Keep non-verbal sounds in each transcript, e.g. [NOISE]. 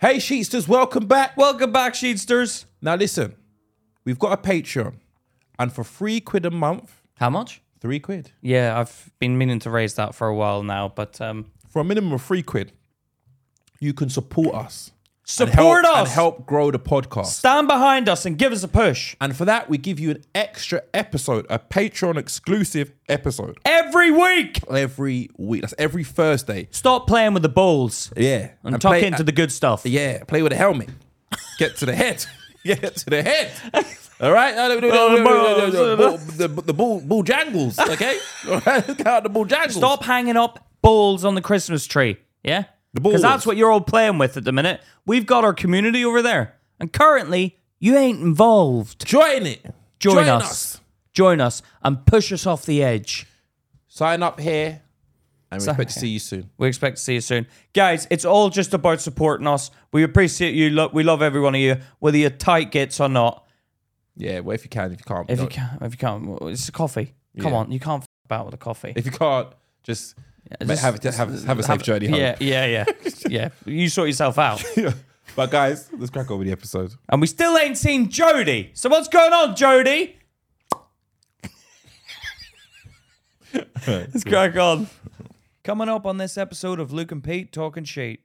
Hey, Sheetsters, welcome back. Welcome back, Sheetsters. Now, listen, we've got a Patreon, and for three quid a month, How much? three quid, Yeah, I've been meaning to raise that for a while now, but um, for a minimum of three quid, you can support us. and Support help- And us! help grow the podcast. stand behind us and give us a push And for that, we give you an extra episode, a Patreon exclusive episode every week. every week. That's every Thursday. Stop playing with the balls Yeah. and, tuck play- into the good stuff. Yeah, play with a helmet. Get to the head. [LAUGHS] Get to the head. All right? No, no, no, no, no, no, no, no, no. The the bull, bull jangles, okay? [LAUGHS] All right? Let's get out the bull jangles. Stop hanging up balls on the Christmas tree. Yeah? Because balls. that's what you're all playing with at the minute. We've got our community over there. And currently, you ain't involved. Join it. Join, us. Join us and push us off the edge. Sign up here. And we expect to see you soon. We expect to see you soon. Guys, it's all just about supporting us. We appreciate you. Lo- we love every one of you, whether you're tight gits or not. Yeah, well, if you can, if you can't. If you don't. can't, if you can't, well, it's a coffee. Come Yeah. on, you can't f- about with a coffee. If you can't, just, just- have, have, have, a safe journey home. Yeah, yeah, [LAUGHS] yeah. yeah. You sort yourself out. [LAUGHS] but guys, let's crack over the [LAUGHS] episode. And we still ain't seen Jody. So what's going on, Jody? Let's crack on. Coming up on this episode of Luke and Pete talking shit.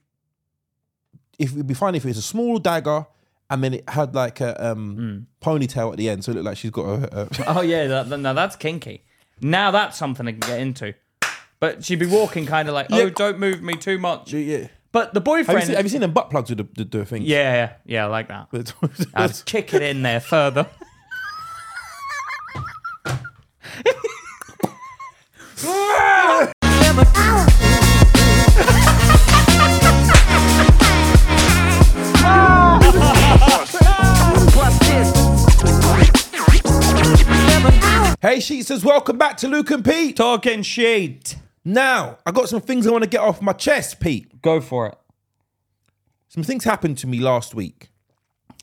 If it'd be fine if it was a small dagger and then it had like a um, Hmm. ponytail at the end, so it looked like she's got a, a Oh yeah, that, that- now that's kinky. Now that's something I can get into. But she'd be walking kind of like, oh, Yeah. don't move me too much. yeah. But the Have you, boyfriend, seen, have you seen them butt plugs with the, the, the thing? [LAUGHS] yeah, yeah, yeah, I like that. I'd kick it in [LAUGHS] there further. hey, Sheetsters, welcome back to Luke and Pete. Talking shit. Now, I got some things I want to get off my chest, Pete. Go for it. Some things happened to me last week.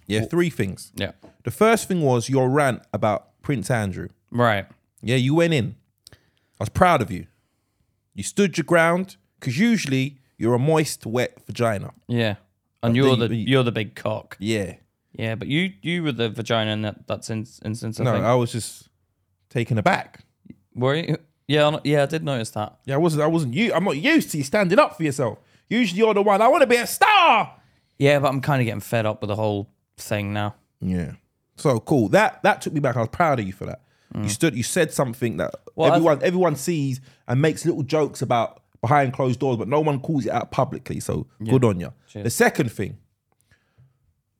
Yeah, three things. Yeah. The first thing was your rant about Prince Andrew. Right. Yeah, you went in. I was proud of you. You stood your ground because usually you're a moist, wet vagina. Yeah. And you're the- the you're the big cock. Yeah. Yeah, but you you were the vagina in that that's in, instance. I No, think. I was just taken aback. Were you? Yeah, I no- yeah, I did notice that. Yeah, I wasn't. I wasn't you. I'm not used to you standing up for yourself. Usually, you're the one. I want to be a star. Yeah, but I'm kind of getting fed up with the whole thing now. Yeah. So cool. That that took me back. I was proud of you for that. You stood. You said something that Mm. Well, I- everyone everyone sees and makes little jokes about behind closed doors, but no one calls it out publicly. So good on you. The second thing,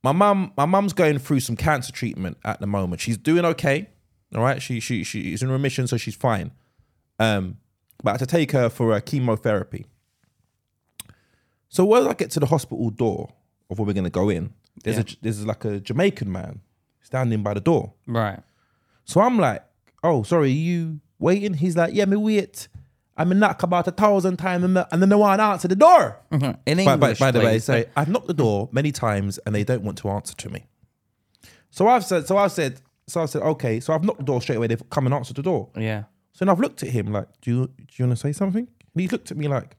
my mum, my mum's going through some cancer treatment at the moment. She's doing okay. All right. She she she is in remission, so she's fine. Um, but I had to take her for uh, chemotherapy. So when I get to the hospital door of where we're gonna go in, there's a there's like a Jamaican man standing by the door. Right. So I'm like, oh, sorry, you waiting? He's like, yeah, me wait. I'm a knock about a thousand times and the- and then no one answer the door. In By, Mm-hmm. English, by, by the way, please. sorry, I've knocked the door many times and they don't want to answer to me. So I've said, so I've said, so I've said, okay. So I've knocked the door straight away. They've come and answered the door. Yeah. So then I've looked at him like, do you, do you want to say something? And he's looked at me like,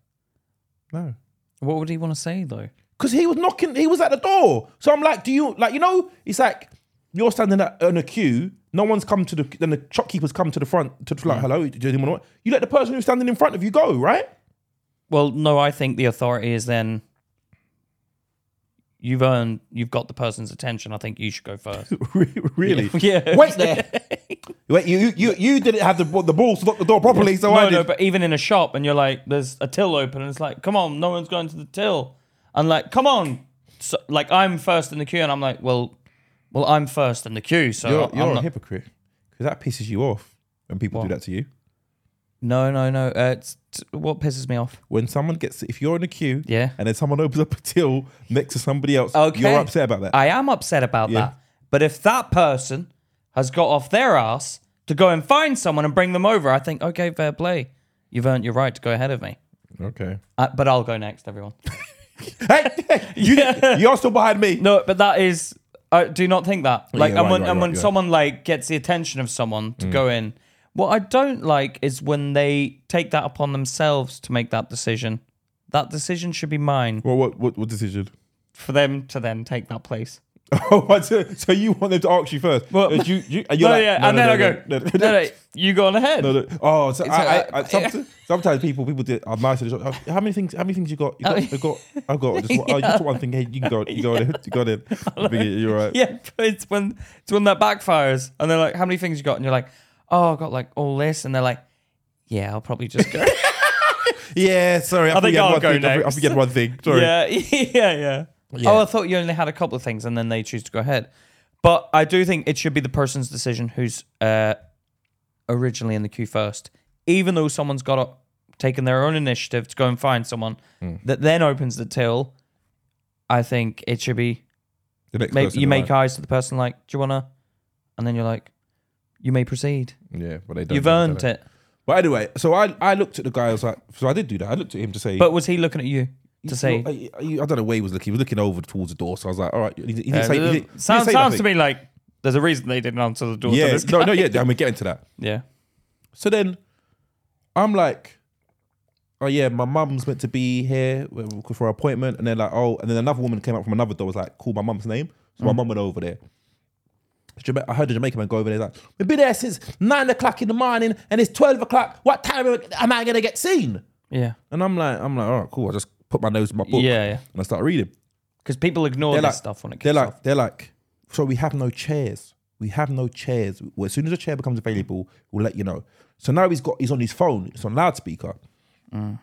no. What would he want to say though? Because he was knocking, he was at the door. So I'm like, do you, like, you know, it's like you're standing at, on a queue, no one's come to the, then the shopkeeper's come to the front to, to Mm. like, hello, do you want to, you let the person who's standing in front of you go, [LAUGHS] right? Well, no, I think the authority is then you've earned you've got the person's attention. I think you should go first. [LAUGHS] really? yeah. Wait there. Wait, you, you, you didn't have the, the balls to lock the door properly, so I no, did. no, but even in a shop and you're like, there's a till open and it's like, come on, no one's going to the till. And like, come on. So, like I'm first in the queue and I'm like, well, well, I'm first in the queue, so you're I'm you're a not- hypocrite because that pisses you off when people do that to you. No, no, no. Uh, it's t- what pisses me off. When someone gets, if you're in a queue Yeah. and then someone opens up a till next to somebody else, Okay. you're upset about that. I am upset about that. But if that person has got off their ass to go and find someone and bring them over, I think, okay, fair play. You've earned your right to go ahead of me. okay. Uh, but I'll go next, everyone. Hey, hey, [LAUGHS] [LAUGHS] you, you're still behind me. No, but that is. I do not think that. Like, yeah, and right, when, right, and right, when yeah. Mm. someone like gets the attention of someone to go in, what I don't like is when they take that upon themselves to make that decision. That decision should be mine. Well, what, what what decision? [LAUGHS] for them to then take that place. Oh, what, so, so you want them to ask you first? Well- But you, you, and [LAUGHS] No, you're like, yeah, no, and no, then no, I go, no, no, no, no, you go on ahead. no, no. [LAUGHS] Oh, so I, like- I, I, sometimes, sometimes people people do, are nice. to the shop. How many things? How many things you got? You Oh, got? I got. I got. [LAUGHS] Just, one- oh, you just one thing. Hey, you can go. You go in. You go in. You're right. [LAUGHS] Yeah, but it's when it's when that backfires, and they're like, "How many things you got?" And you're like, "Oh, I got like all this," and they're like, "Yeah, I'll probably just go." Yeah, sorry. I, think forget I'll one go thing. I next. forget one thing. Sorry. yeah, [LAUGHS] yeah, yeah. Oh, I thought you only had a couple of things, and then they choose to go ahead. But I do think it should be the person's decision who's uh, originally in the queue first, even though someone's got up, taken their own initiative to go and find someone Hmm. that then opens the till. I think it should be The next maybe person you in make line. eyes to the person like, "Do you wanna?" And then you're like, "You may proceed. Yeah, but they don't. You've know, earned don't it." they? But anyway, so I, I looked at the guy. I was like, so I did do that. I looked at him to say, But was he looking at you to say? Well, I, I- I don't know where he was looking. He was looking over towards the door. So I was like, all right. He, didn't- he didn't Uh, say, he, didn't- he didn't sounds sounds say to nothing. me like there's a reason they didn't answer the door. to Yeah, this no, guy. no, yeah. And we're getting to that. yeah. So then I'm like, oh yeah, my mum's meant to be here for her appointment. And they're like, oh, and then another woman came up from another door, was like, call my mum's name. So my mum went over there. Jama- I heard a Jamaican man go over there like, we've been there since nine o'clock in the morning and it's 12 o'clock. What time am I going to get seen? Yeah. And I'm like, I'm like, all right, cool. I just put my nose in my book Yeah, yeah. and I start reading. Because people ignore They're this like- stuff when it They're [LAUGHS] comes like, off. they're like, so we have no chairs. We have no chairs. Well, as soon as a chair becomes available, we'll let you know. So now he's got, he's on his phone. It's on loudspeaker, Mm.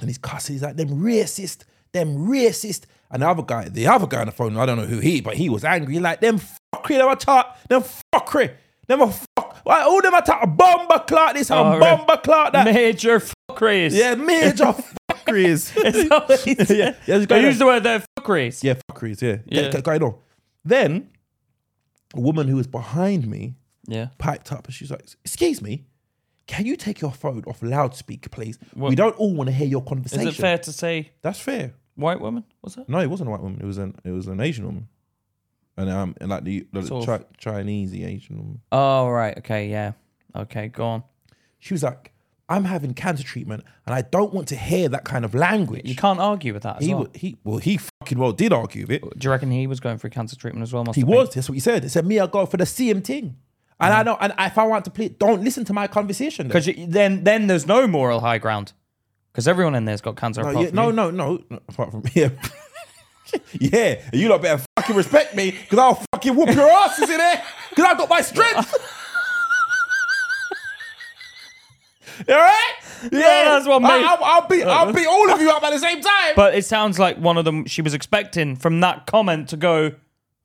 and he's cussing. He's like, "Them racist, them racist." And the other guy, the other guy on the phone, I don't know who he, but he was angry. He Like them fuckery, them a talk, them fuckery, them a fuck. Why all them a talk? Bomber clock this and Oh, right. bomber clock [LAUGHS] that. Major fuckeries. Yeah, [LAUGHS] major fuckeries. It's not what he said. [LAUGHS] yeah, yeah, it's They going on. use the word there, fuckeries. Yeah, fuckeries. Yeah, Yeah. Get- get going on. Then a woman who was behind me Yeah. piped up and she's like, "Excuse me, can you take your phone off loudspeaker, please? What- We don't all want to hear your Is conversation." it fair to say That's fair. white woman? Was it? No, it wasn't a white woman. It was an it was an Asian woman, and um and like the, the Sort chi- Chinese Asian woman. Oh, right. Okay. Yeah. Okay. Go on. She was like, "I'm having cancer treatment, and I don't want to hear that kind of language." You can't argue with that as he well. wa- he well he fucking well did argue with it. Do you reckon he was going for cancer treatment as well? Must He have been. was. That's what he said. He said, "Me, I go for the same thing." And I know. And if I want to play, don't listen to my conversation. then. Because Mm. you- then, then there's no moral high ground. Because everyone in there's got cancer. No, apart yeah, from no, you. no, no, no. Apart from yeah, [LAUGHS] yeah. You lot better fucking respect me, because I'll fucking whoop your asses in there, because I've got my strength. [LAUGHS] You all right? Yeah, that's what I, made- I'll, I'll beat. I'll beat all of you up at the same time. But it sounds like one of them. She was expecting from that comment to go.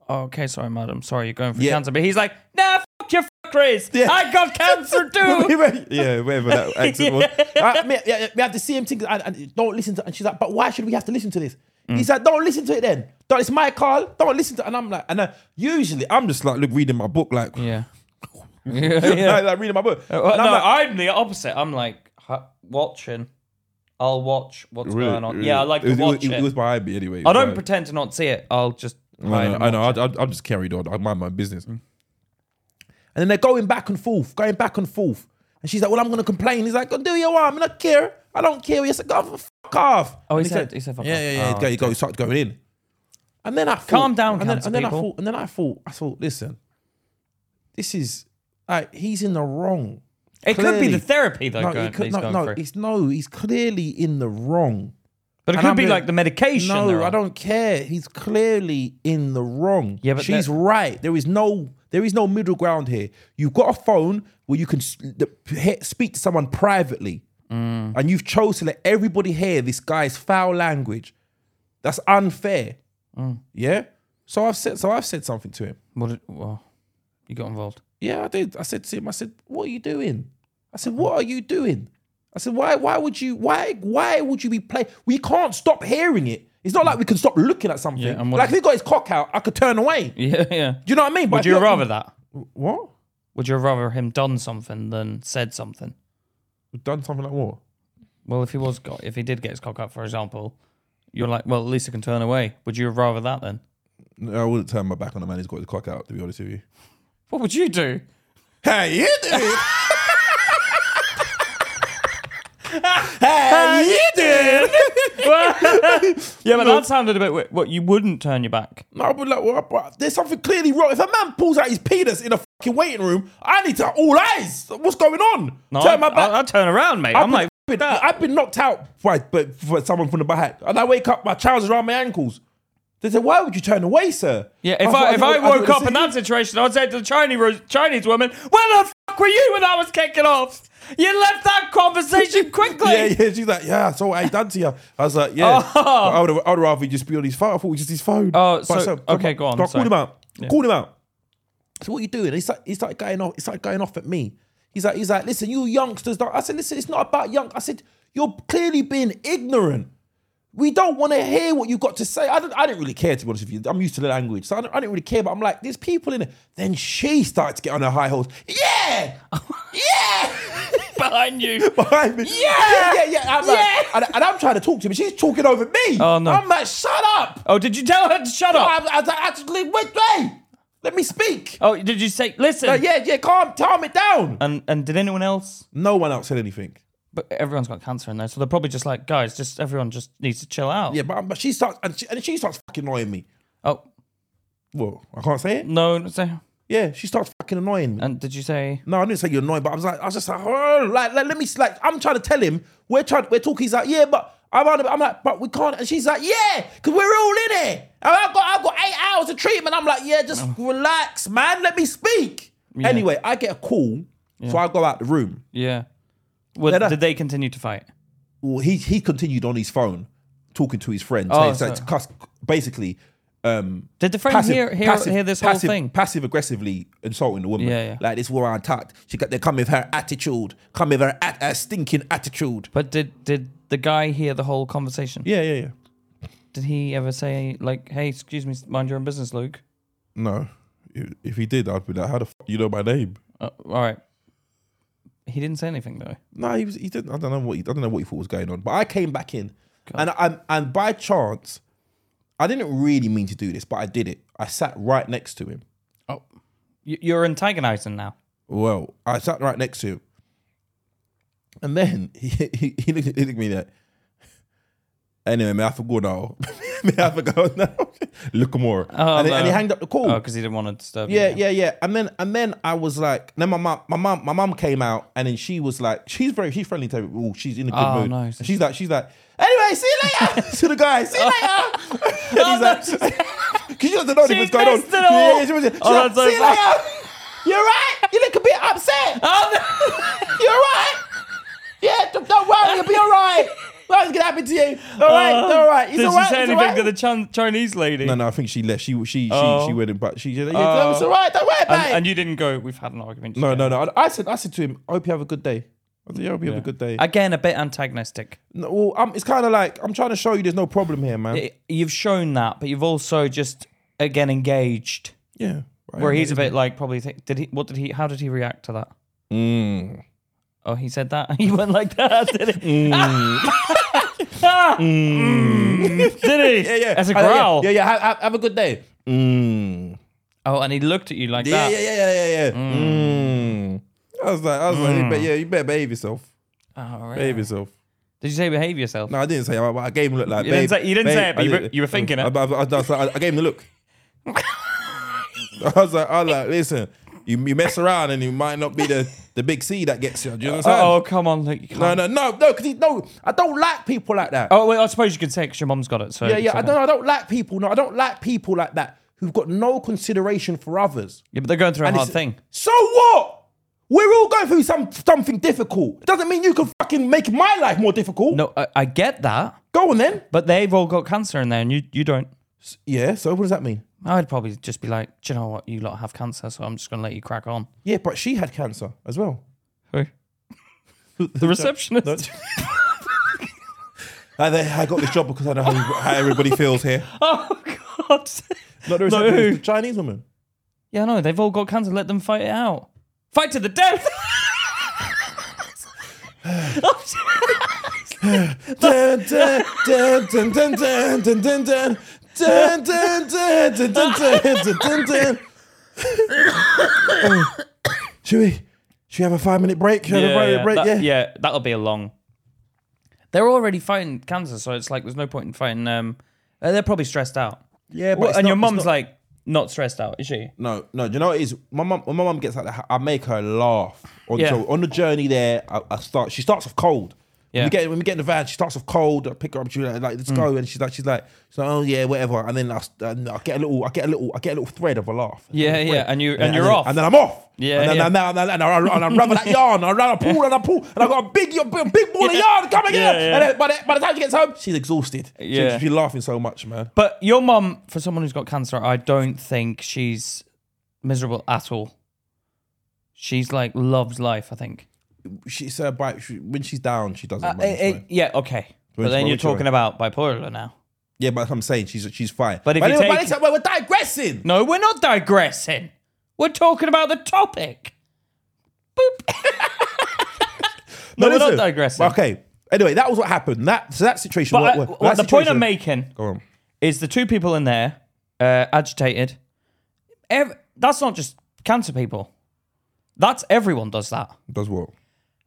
Oh, okay, sorry, madam. Sorry, you're going for Yeah. cancer. But he's like, nah, fuck your fuckeries. Yeah. I [LAUGHS] got cancer too. [LAUGHS] yeah, whatever that accent was. I, me, yeah, yeah, we have the same thing. And, and don't listen to. And she's like, but why should we have to listen to this? Mm. He's like, don't listen to it then. Don't, it's my call. Don't listen to. And I'm like, and I, usually I'm just like, look, reading my book, like, yeah. [LAUGHS] [LAUGHS] yeah. yeah. Uh, like, like reading my book. Well, And I'm no, like, I'm the opposite. I'm like huh, watching. I'll watch what's Really, going on. really. Yeah, I like it was, to watch it. it. Was, it was behind me anyway. I don't Like, pretend to not see it. I'll just. hide I know. and I know. watch I, I, I'm just carried on. I mind my business. And then they're going back and forth, going back and forth. And she's like, "Well, I'm going to complain." He's like, "Go do your arm. I don't care. I don't care." He's like, "Go fuck off." Oh, he And said- he said fuck yeah, off. Yeah, yeah, Oh, yeah. He go, he started going in. And then I thought, Calm down, and then, cancer and then I people. thought, and then I thought, I thought, listen, this is like he's in the wrong. It could be Clearly. the therapy though. No, going, he could, he's no, going no, through. it's no. He's clearly in the wrong. but it and could I'm be in- like the medication. No, they're I on. don't care. He's clearly in the wrong. Yeah, but she's that- right. There is no there is no middle ground here. You've got a phone where you can s- the- he- speak to someone privately, Mm. and you've chose to let everybody hear this guy's foul language. That's unfair. Mm. Yeah. So I've said so I've said something to him. What did- well, you got involved. Yeah, I did. I said to him, I said, "What are you doing?" I said, Uh-huh. "What are you doing?" I said, "Why? Why would you? Why? Why would you be playing? We can't stop hearing it. It's not like we can stop looking at something. Yeah, and what- like if he got his cock out, I could turn away. Do [LAUGHS] Yeah, yeah. you know what I mean? But Would if you you're- rather that? what? Would you rather him done something than said something? We've done something like what? Well, if he was got, if he did get his cock up, for example, you're like, well, at least I can turn away. Would you rather that then? No, I wouldn't turn my back on a man who's got his cock out. To be honest with you. What would you do? Hey, you [LAUGHS] doing? How you doing? in. [LAUGHS] yeah, but that sounded a bit weird. What, you wouldn't turn your back? No, but like, well, but there's something clearly wrong. If a man pulls out his penis in a fucking waiting room, I need to all eyes. What's going on? No, turn my I- back. I, I turn around, mate. I've I'm been- like, been- I've been knocked out by, by, by someone from the back, and I wake up, my trousers around my ankles. They said, "Why would you turn away, sir?" yeah. If thought- I, if I, thought- woke up in thought- that situation, I'd say to the Chinese ro- Chinese woman, "Where the fuck were you when I was kicking off? You left that conversation [LAUGHS] quickly." Yeah, yeah. She's like, "Yeah, so what I done to you." I was like, "Yeah." Oh. I would, I would rather you just be on his phone. I thought it was just his phone. Oh, But so- okay, go on, So I sorry. called him out. Called him out. So what you doing? He's like, he's like going off. He's like going off at me. He's like, he's like, listen, you youngsters. don't-" I said, listen, it's not about young. I said, you're clearly being ignorant. We don't want to hear what you got to say. I, don't, I didn't really care, to be honest with you. I'm used to the language. So I, don't, I didn't really care, but I'm like, there's people in it. Then she started to get on her high horse. [LAUGHS] Yeah! yeah! behind you. behind me. Yeah! yeah, yeah. yeah. I'm like- Yeah! and, and I'm trying to talk to him. She's talking over me. Oh, no. I'm like, shut up. Oh, did you tell her to shut I, up? I, I, I just leave. Wait, wait. Let me speak. Oh, did you say listen? Like, yeah, yeah. Calm, calm it down. And and did anyone else? No one else said anything. But everyone's got cancer in there, so they're probably just like, guys, just everyone just needs to chill out. Yeah, but, but she starts and she, and she starts fucking annoying me. Oh Well, I can't say it. no, no, so Yeah, she starts fucking annoying me. and did you say? No, I didn't say you're annoying, but I was like, I was just like, oh, like, like, let me, like, I'm trying to tell him, we're trying, we're talking. He's like, yeah, but I'm, on it. I'm like, but we can't. And she's like, yeah, because we're all in it. And I've got, I've got eight hours of treatment. I'm like, yeah, just relax, man. Let me speak. Anyway, I get a call, so I go out the room. Yeah. Well, Did I- did they continue to fight? Well, he he continued on his phone talking to his friend. Oh, so it's so- like, cuss- basically, um, Did the friend hear hear, hear this passive- whole thing? Passive aggressively insulting the woman. Yeah, yeah. Like this war I attacked. She got they come with her attitude. Come with her at her stinking attitude. But did did the guy hear the whole conversation? Yeah, yeah, yeah. Did he ever say like, "Hey, excuse me, mind your own business, Luke"? No. If, if he did, I'd be like, how the f- you know my name? Uh, all right. He didn't say anything though. No, he was. He didn't. I don't know what. He, I don't know what he thought was going on. But I came back in, and I and by chance, I didn't really mean to do this, but I did it. I sat right next to him. Oh, you, you're antagonizing now. Well, I sat right next to him. And then [LAUGHS] he, he, he, looked, he looked at me like, anyway, may I have to go now? [LAUGHS] may I have to go now? [LAUGHS] Look more. Oh, and, he- and he no. hanged up the call. Oh, because he didn't want to disturb you. yeah, yeah, yeah. And then and then I was like, then my mom, my mom, my mom came out, and then she was like, she's very, she's friendly to everyone. Ooh, she's in a good Oh, mood. nice. And she's like, she's like, anyway, see you later [LAUGHS] to the guy. See you [LAUGHS] later. no, [LAUGHS] and he's like, because she doesn't know what's Oh, She going on. missed it all. Yeah, yeah, she was like, Oh, she's like, that's so see you funny. later. [LAUGHS] You're right. You look a bit upset. [LAUGHS] [LAUGHS] Oh, no. You're right. Yeah, don't, don't worry, you'll be all right. Nothing's gonna happen to you. All right, Oh. all right. It's Did all she right. say it's anything all right. to the Chan- Chinese lady? No, no, I think she left. She she she Oh. she went in, but she said, yeah, Oh. "It's all right. Don't worry about And, it." and you didn't go. We've had an argument. no, today." no, no. I, I said I said to him, "I hope you have a good day." I said, "Yeah, I hope you have a good day." Again, a bit antagonistic. No, well, i it's kind of like I'm trying to show you there's no problem here, man. I- You've shown that, but you've also just again engaged. yeah, right. Where he's a bit like probably think, did he? What did he? How did he react to that? Mm. Oh, he said that. [LAUGHS] He went like that. Did he? [LAUGHS] Ah! Mm. Did he? yeah, yeah. As a I- yeah, growl. Yeah, yeah. Have, have- have a good day. Mm. Oh, and he looked at you like Yeah, that. yeah, yeah, yeah, yeah, yeah. Mm. I was like, I was Mm. like, you bet- yeah, you better behave yourself. Oh, really? Behave yourself. Did you say behave yourself? No, I didn't say. I, I gave him a look like. You didn't "Babe, say- you didn't babe," say it, but I you were- didn't- you were thinking it. I, I, I, I was like- I gave him the look. [LAUGHS] I was like, I was like, listen, you, you mess around and you might not be the, the big C that gets you. Do you understand? Oh, come on, Luke. You can't. No, no, no, no, because no, I don't like people like that. Oh, wait, I suppose you could say because your mum's got it. So yeah, it's yeah, I okay. don't, I don't like people. No, I don't like people like that who've got no consideration for others. Yeah, but they're going through a And hard it's- thing. So what? We're all going through some something difficult. Doesn't mean you can fucking make my life more difficult. No, I, I get that, Go on then. but they've all got cancer in there, and you you don't. Yeah. So what does that mean? I'd probably just be like, do you know what? You lot have cancer, so I'm just gonna let you crack on. Yeah, but she had cancer as well. Who? The receptionist. [LAUGHS] [LAUGHS] I, they, I got this job because I know how, how everybody feels [LAUGHS] here. Oh God. Not the receptionist, who? the Chinese woman. yeah, no, they've all got cancer. Let them fight it out. Fight to the death. I'm sorry. Dun, dun, dun, dun, dun, dun, dun, dun, dun. Dun, dun, dun, dun, dun, dun, dun, dun, dun. [COUGHS] Oh, Should we? Should we have a five minute break? Should we have a five minute break? that, yeah. yeah, that'll be a long. They're already fighting cancer, so it's like there's no point in fighting them. Uh, they're probably stressed out. Yeah, but Well, it's and not- your it's not- mum's like not stressed out, is she? No, no. Do you know what it is? My mum, when my mum gets like that, I make her laugh. On, Yeah. so on the journey there, I, I start. She starts off cold. When Yeah. Mm. we get when we get in the van, she starts off cold. I pick her up. She's like, like, "Let's go," and she's like, "She's like, she's like, oh yeah, whatever." And then I, s- and I get a little, I get a little, I get a little thread of a laugh. Yeah, Thread. yeah, and you- and you're then, off. and then I'm off. Yeah, and then, yeah. And, then, and, then, and I and I rubber that yarn. I run, I pull, and I pull, and I got a big, a big, big ball of Yeah. yarn coming Yeah, in. yeah. And then by the, by the time she gets home, she's exhausted. Yeah. she's laughing so much, man. But your mum, for someone who's got cancer, I don't think she's miserable at all. She's like loves life. I think. She's uh, by, she, when she's down, she doesn't. Uh, mind, it- so. it- yeah. Okay. Which but then one- you're which one? talking about bipolar now. Yeah, but I'm saying she's she's fine. But if you anyway, take- but anyway, we're digressing. No, we're not digressing. We're talking about the topic. No, we're not listen. digressing. Okay. Anyway, that was what happened. That so that situation. But what- uh, what- what that the point situation- I'm making Go on. is the two people in there uh, agitated. Ev- that's not just cancer people. That's everyone does that. Does what?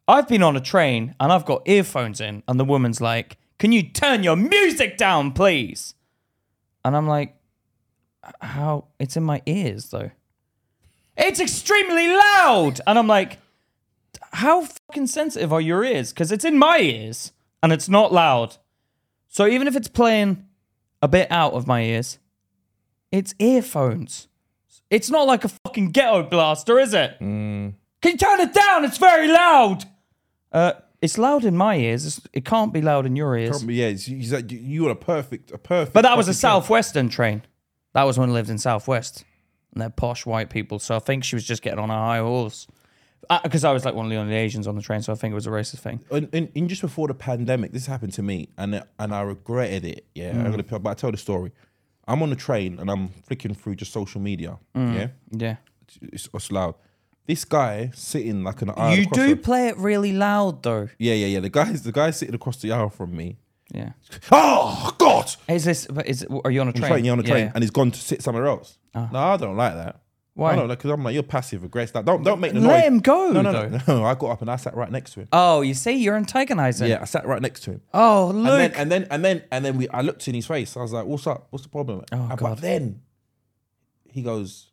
I've been on a train and I've got earphones in, and the woman's like, "Can you turn your music down, please?" And I'm like, "H- "How? It's in my ears, though. It's extremely loud." And I'm like, "How fucking sensitive are your ears? Because it's in my ears and it's not loud. So even if it's playing a bit out of my ears, it's earphones. It's not like a fucking ghetto blaster, is it?" Can you turn it down? It's very loud. Uh, it's loud in my ears. It's, it can't be loud in your ears. Probably, yeah, it's- he's like, you- you are a perfect, a perfect. But that was a fucking child. southwestern train. That was when I lived in southwest, and they're posh white people. So I think she was just getting on a high horse. Because I was like one of the only Asians on the train, so I think it was a racist thing. And, and, and just before the pandemic, this happened to me, and and I regretted it. Yeah, Mm. I'm gonna. But I tell the story. I'm on the train and I'm flicking through just social media. Mm. Yeah, Yeah. it's, it's loud. This guy sitting like an aisle. you across do the- play it really loud though. yeah, yeah, yeah. The guys, the guy sitting across the aisle from me. Yeah. Oh God! Is this? but Is are you on a train? train. you're on a train, Yeah. Ah. and he's gone to sit somewhere else. No, I don't like that. Why? I don't like because I'm like you're passive aggressive. Like, don't don't make the Let noise. him go, No, no, though. no, [LAUGHS] no. I got up and I sat right next to him. Oh, you see, you're antagonizing. Yeah, I sat right next to him. Oh, And then look. and then and then and then we I looked in his face. I was like, "What's up? What's the problem?" Oh, And- God. But then he goes,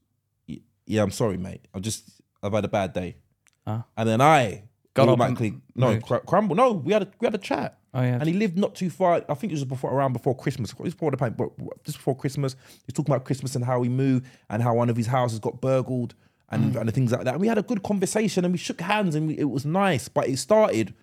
"Y- "Yeah, I'm sorry, mate. I'm just I've had a bad day." Ah. And then I Got up and automatically no moved. cr- crumble. No, we had a, we had a chat. Oh, yeah. And he lived not too far. I think it was before around before Christmas. It was before the pan- but just before Christmas. He was talking about Christmas and how he moved and how one of his houses got burgled Mm. and, and the things like that. And we had a good conversation and we shook hands and we, it was nice. But it started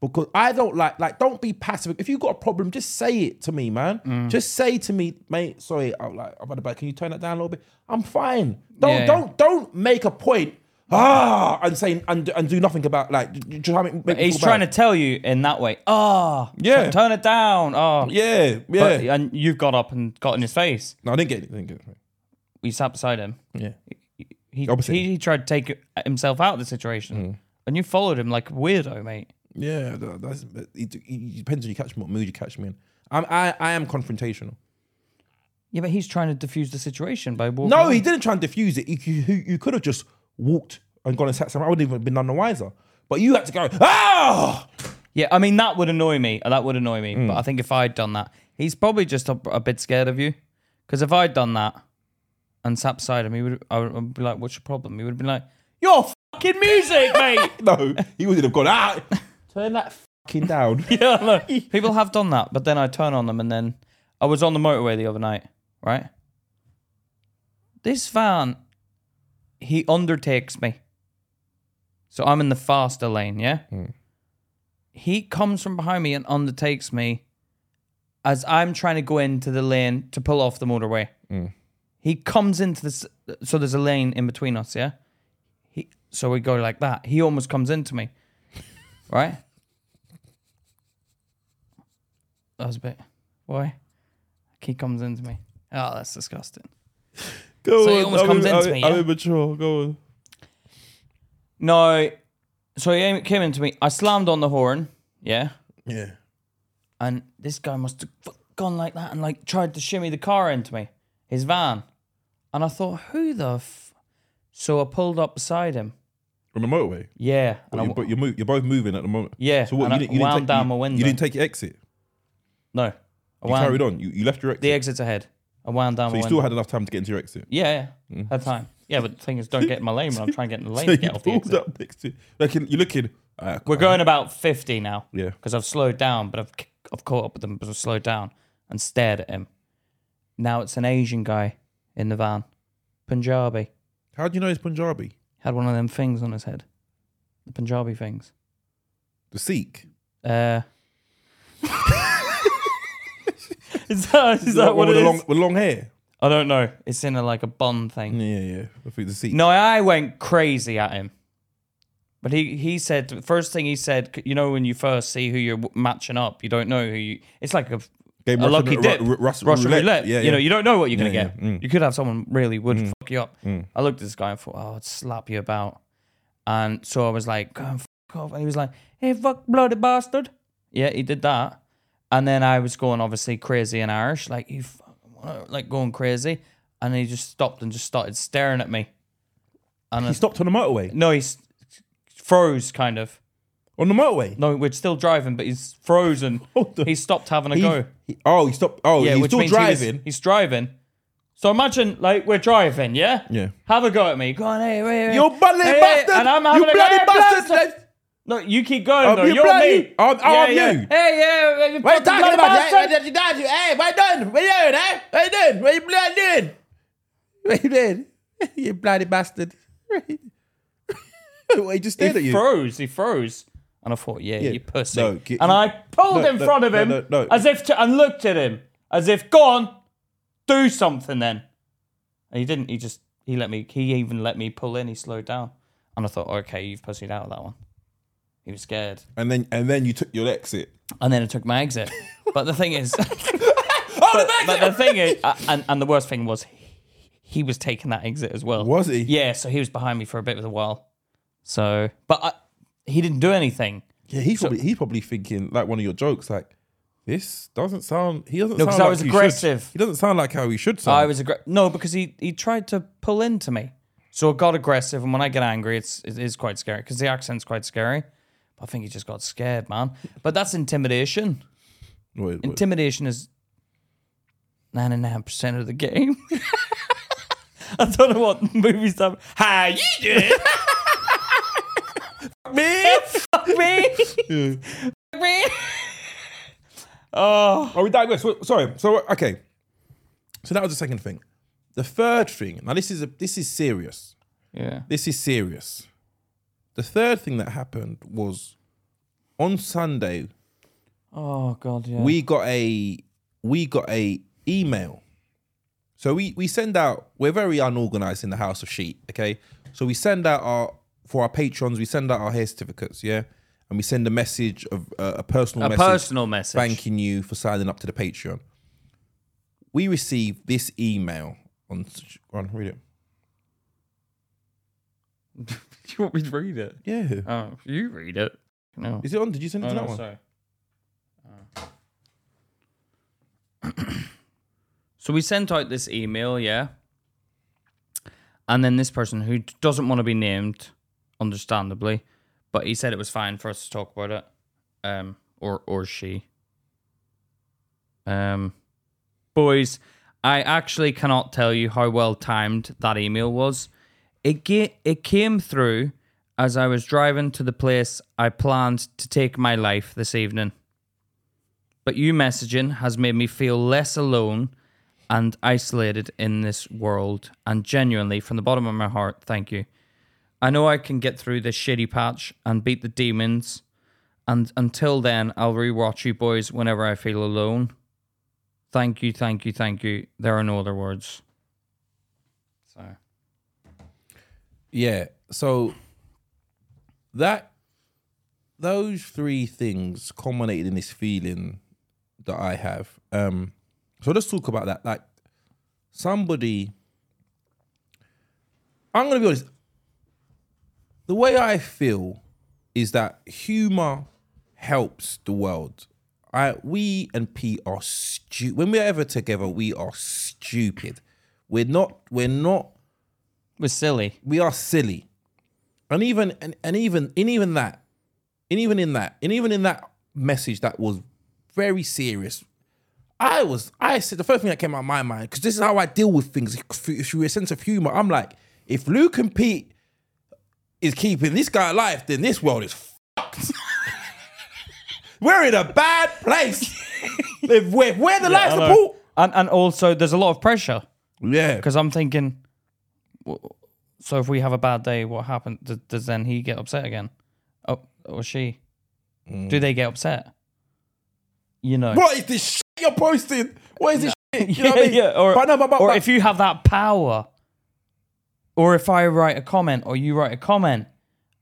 because I don't like like don't be passive. If you got a problem, just say it to me, man. Mm. Just say to me, mate. Sorry, I'm like I'm out of bed. Can you turn that down a little bit? I'm fine. Don't Yeah, yeah. don't don't make a point. Ah, and saying and, and do nothing about like. j- j- trying to make me He's feel trying bad. to tell you in that way. Oh, Yeah. Turn it down. Oh, Yeah, yeah. But- and you've got up and got in his face. no, I didn't get it. I didn't get it. You sat beside him. Yeah. He, Opposite. Mm. he, he tried to take himself out of the situation. And you followed him like a weirdo, mate. Yeah, tha- that's, it, it depends on you catch me, what mood you catch me in. I'm, I, I am confrontational. Yeah, but he's trying to defuse the situation by walking. No, away. he didn't try and diffuse it. You, you, you could have just walked and gone and sat somewhere. I wouldn't even have been none the wiser. But you had to go, ah! [LAUGHS] Yeah, I mean that would annoy me. That would annoy me. Mm. But I think if I'd done that, he's probably just a, a bit scared of you. Because if I'd done that and sat beside him, he would. I would, I'd be like, "What's your problem?" He would have been like, "Your fucking music, mate." No, he wouldn't have gone, ah! Turn that fucking down. [LAUGHS] Yeah, I know. people have done that, but then I turn on them, and then I was on the motorway the other night, right? This van, he undertakes me. So I'm in the faster lane, yeah? He comes from behind me and undertakes me as I'm trying to go into the lane to pull off the motorway. He comes into this, so there's a lane in between us, yeah? He, so we go like that. He almost comes into me, [LAUGHS] right? That was a bit. Why? He comes into me. Oh, that's disgusting. Go So he almost comes into me, yeah? immature. Go on. No. So he came into me. I slammed on the horn. Yeah. Yeah. And this guy must have fu- gone like that and like tried to shimmy the car into me, his van. And I thought, who the f? So I pulled up beside him from the motorway. Yeah. And But I, you're, but you're, mo- you're both moving at the moment. yeah. So what? and You I didn't, you wound didn't take, down you, my window. You didn't take your exit. no. I You wound- carried on. You, you left your exit. the exit's ahead. I wound down so my you window. still had enough time to get into your exit. yeah, yeah. Had time. Yeah, but the thing is, don't get in my lane when I'm trying to get [LAUGHS] in the lane So to you get off the pulled exit. up next to. Like you're looking. Uh, We're going about 50 now. Yeah. because I've slowed down, but I've I've caught up with him, but I've slowed down and stared at him. Now it's an Asian guy in the van, Punjabi. How do you know it's Punjabi? Had one of them things on his head, the Punjabi things. The Sikh. Uh, [LAUGHS] is that is The that one what with it the is? long, with long hair? I don't know. It's in a, like a bun thing. Yeah, yeah. I think the Sikh. No, I went crazy at him. But he, he said the first thing he said, you know, when you first see who you're matching up, you don't know who you. It's like a Game a Russian- lucky Ru- dip, Ru- Rus- Russian roulette. Yeah, You know, yeah. you don't know what you're gonna Yeah, get. yeah. Mm. You could have someone really would fuck you up. I looked at this guy and thought, oh, I'd slap you about. And so I was like, go and fuck off. And he was like, hey, fuck bloody bastard. Yeah, he did that. And then I was going obviously crazy in Irish, like you, fucking- like going crazy. And he just stopped and just started staring at me. He stopped on the motorway. No, he's froze kind of. On the motorway. No, we're still driving, but he's [LAUGHS] frozen. Hold on. He stopped having a He- go. he- oh, he stopped. Oh, Yeah, he's which still means he was- driving. he's driving. So imagine, like, we're driving, yeah? Yeah. Have a go at me. Go on, hey, hey, hey. You bloody Hey, hey, bastard! And I'm having you a go. bloody Hey, bastard! Um, bastard! No, you keep going, though. you You're bloody- me. I'm- I'm yeah, you. Yeah. Hey, yeah. you What are you fucking talking bloody about? bastard. Hey, what you Hey, what you doing? What you doing? Eh? What you doing? What you bloody doing? What you doing? [LAUGHS] you bloody bastard! [LAUGHS] what he just stared at He you? froze. He froze. And I thought, yeah, you pussy. No, get- and I pulled no, in no, front of no, him no, no. as if to, and looked at him as if, go on, do something then. And he didn't. He just, he let me, he even let me pull in. He slowed down. And I thought, okay, you've pussied out of that one. He was scared. and then and then you took your exit. And then I took my exit. But the thing [LAUGHS] is, [LAUGHS] but, but the thing is, uh, [LAUGHS] and, and the worst thing was, he- he was taking that exit as well. Was he? Yeah, so he was behind me for a bit with a while. So, but I, he didn't do anything. Yeah, he's probably he's probably thinking like one of your jokes, like this doesn't sound. He doesn't. No, 'cause sound I like was he should. aggressive. He doesn't sound like how he should sound. I was aggra- no because he he tried to pull into me, so I got aggressive. And when I get angry, it's it is quite scary because the accent's quite scary. But I think he just got scared, man. But that's intimidation. Wait, wait. Intimidation is ninety nine percent of the game. [LAUGHS] I don't know what movies that. How you doing? [LAUGHS] me, fuck me, fuck me. [LAUGHS] Oh, Oh, we digress. Well, Sorry. So okay. So that was the second thing. The third thing. Now this is a this is serious. yeah. This is serious. The third thing that happened was on Sunday Oh god, yeah. we got a we got a email. So we we send out. We're very unorganized in the house of sheet. Okay. So we send out our for our patrons. We send out our hair certificates. Yeah. And we send a message of uh, a personal a message personal message. thanking you for signing up to the Patreon. We received this email on. Go on, read it. Do [LAUGHS] you want me to read it? Yeah. Oh, you read it. No. Is it on? Did you send it Oh, to that no, one? sorry. Oh. [CLEARS THROAT] so we sent out this email, yeah. And then this person who doesn't want to be named, understandably, but he said it was fine for us to talk about it. Um or or she. Um boys, I actually cannot tell you how well timed that email was. It ga- it came through as I was driving to the place I planned to take my life this evening. But you messaging has made me feel less alone and isolated in this world. And genuinely, from the bottom of my heart, thank you. I know I can get through this shitty patch and beat the demons. And until then, I'll rewatch you boys whenever I feel alone. Thank you, thank you, thank you. There are no other words. So Yeah. So that those three things culminated in this feeling that I have. Um so let's talk about that. Like somebody I'm gonna be honest. The way I feel is that humor helps the world. I we and Pete are stupid. When we're ever together, we are stupid. We're not we're not it was silly. we are silly. and even and, and even in even that, and even in that, and even in that message that was very serious. I was I said the first thing that came out of my mind because this is how I deal with things through a sense of humor. I'm like, if Luke and Pete is keeping this guy alive, then this world is fucked. [LAUGHS] we're in a bad [LAUGHS] place. if we're, if we're the life I know. support. And and also there's a lot of pressure Yeah. because I'm thinking, w- so if we have a bad day, what happened? Does, does then he get upset again? Oh, or she? Do they get upset? You know. What is this shit you're posting? What is this [LAUGHS] shit? You know yeah, what I mean? yeah. Or, But no, but- but- or but- if you have that power, or if I write a comment or you write a comment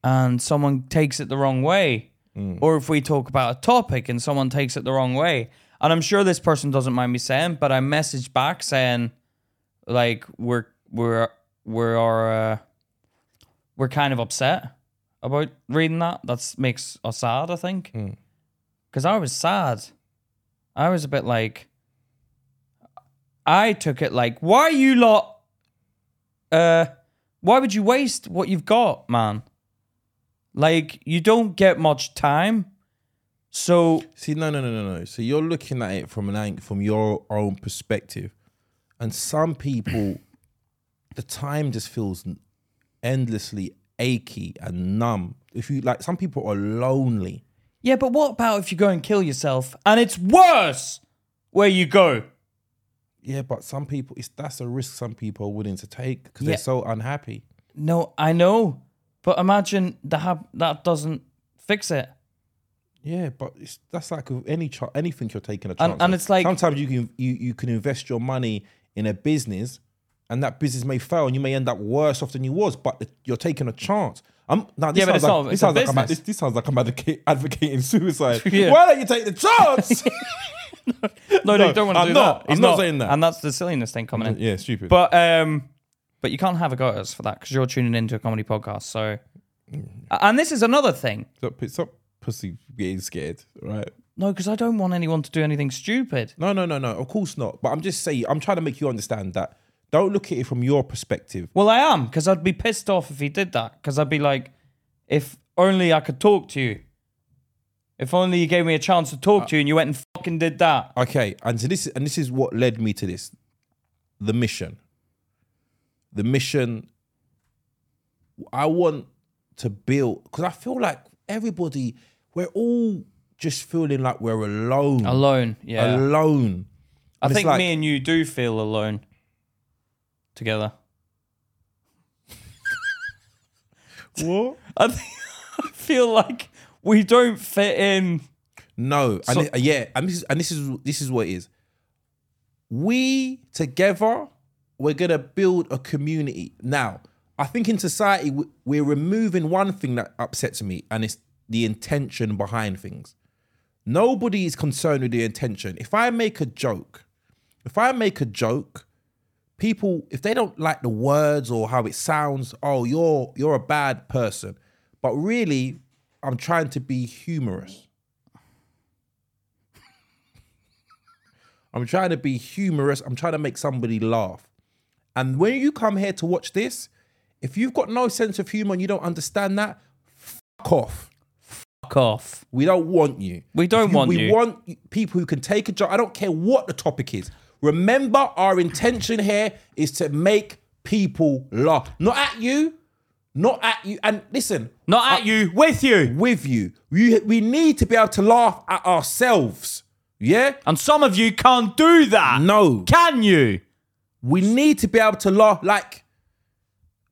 and someone takes it the wrong way, Mm. or if we talk about a topic and someone takes it the wrong way, and I'm sure this person doesn't mind me saying, but I message back saying, like, we're we're we're our, uh, we're kind of upset about reading that. That makes us sad, I think, Mm. because I was sad. I was a bit like. I took it like, why are you lot? Uh, why would you waste what you've got, man? Like you don't get much time, so See, no, no, no, no, no. So you're looking at it from an angle, from your own perspective, and some people, the time just feels endlessly achy and numb. If you like, some people are lonely. yeah. But what about if you go and kill yourself, and it's worse where you go? Yeah, but some people, it's that's a risk some people are willing to take because Yeah. they're so unhappy. No, I know, but imagine that hap- that doesn't [LAUGHS] fix it. Yeah, but it's, that's like with any ch- anything you're taking a chance. and on. it's like- sometimes you can you, you can invest your money in a business, and that business may fail, and you may end up worse off than you was. But the, you're taking a chance. I'm now this Yeah, but sounds it's like not- this it's a sounds like I'm, business. this, this sounds like I'm advocate, advocating [LAUGHS] suicide. [LAUGHS] Yeah. Why don't you take the chance? [LAUGHS] No, no, No, you don't want to I'm do not. that. He's I'm not saying that. and that's the silliness thing coming in. yeah, stupid. But um, but you can't have a go at us for that because you're tuning into a comedy podcast. So, Mm. and this is another thing. stop, stop pussy getting scared, right? No, because I don't want anyone to do anything stupid. No, no, no, no. Of course not. But I'm just saying. I'm trying to make you understand that. Don't look at it from your perspective. Well, I am because I'd be pissed off if he did that. Because I'd be like, if only I could talk to you. If only you gave me a chance to talk to you and you went and fucking did that. Okay, and so this and this is what led me to this. The mission. The mission. I want to build because I feel like everybody, we're all just feeling like we're alone. Alone, yeah. Alone. I And it's think like- me and you do feel alone together. [LAUGHS] What? I, th- [LAUGHS] I feel like we don't fit in. No, and thi- yeah, and this is and this is this is what it is. We together, we're gonna build a community. Now, I think in society we- we're removing one thing that upsets me, and it's the intention behind things. Nobody is concerned with the intention. If I make a joke, if I make a joke, people if they don't like the words or how it sounds, oh, you're you're a bad person. But really, I'm trying to be humorous. I'm trying to be humorous. I'm trying to make somebody laugh. And when you come here to watch this, if you've got no sense of humor and you don't understand that, fuck off. Fuck off. We don't want you. We don't If you- want we you. want people who can take a job. I don't care what the topic is. Remember, our intention here is to make people laugh. Not at you, not at you. And listen, Not at you, with you. with you, we, we need to be able to laugh at ourselves. Yeah? And some of you can't do that. No. Can you? We need to be able to laugh like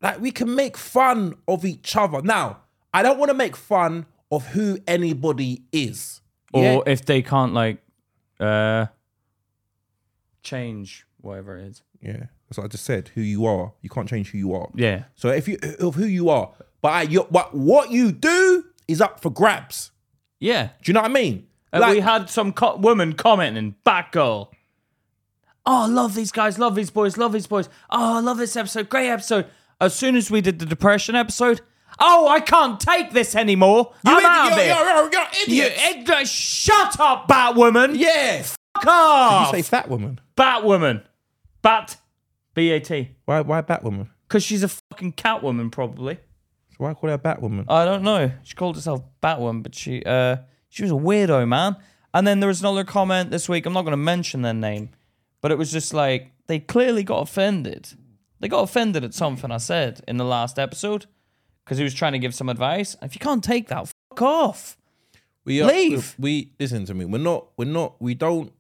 like we can make fun of each other. Now, I don't want to make fun of who anybody is. or Yeah? if they can't like uh change whatever it is yeah. That's what I just said. Who you are. You can't change who you are. yeah So if you of who you are, but I, you, but what you do is up for grabs. yeah Do you know what I mean? Uh, we had some co- woman commenting back girl oh I love these guys love these boys love these boys oh i love this episode great episode as soon as we did the depression episode oh i can't take this anymore i'm You out of idiot- here you're- you're- you're you, idiots. id- shut up batwoman yeah. fuck off You say fat woman. batwoman bat bat Why? Why Batwoman? because she's a fucking catwoman probably So why call her Batwoman? I don't know. She called herself Batwoman, but she uh she was a weirdo, man. And then there was another comment this week. I'm not going to mention their name, but it was just like they clearly got offended. They got offended at something I said in the last episode because he was trying to give some advice. If you can't take that, fuck off. We are, Leave. We listen to me. We're not. We're not. We don't.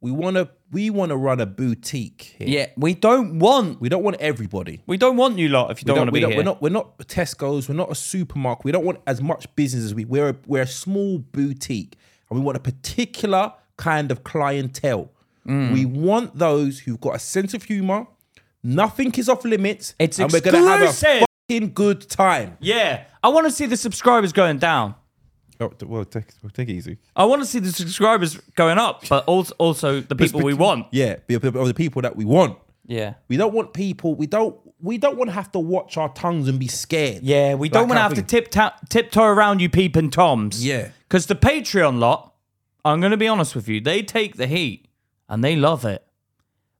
We want to. We want to run a boutique here. Yeah, we don't want We don't want everybody. we don't want you lot if you don't, want to we be here. We're not. We're not Tesco's. We're not a supermarket. We don't want as much business as we. We're a, we're a small boutique, and we want a particular kind of clientele. Mm. We want those who've got a sense of humor. Nothing is off limits. It's and we're gonna have a exclusive. fucking good time. yeah, I want to see the subscribers going down. Oh, well, take, well, take it easy. I want to see the subscribers going up, but also, also the people we want. Yeah, be- be- or the people that we want. Yeah. We don't want people. We don't. We don't want to have to watch our tongues and be scared. Yeah, we don't Like want to how have to thing- tip ta- tiptoe around you peeping toms. Yeah. Because the Patreon lot, I'm going to be honest with you, they take the heat and they love it.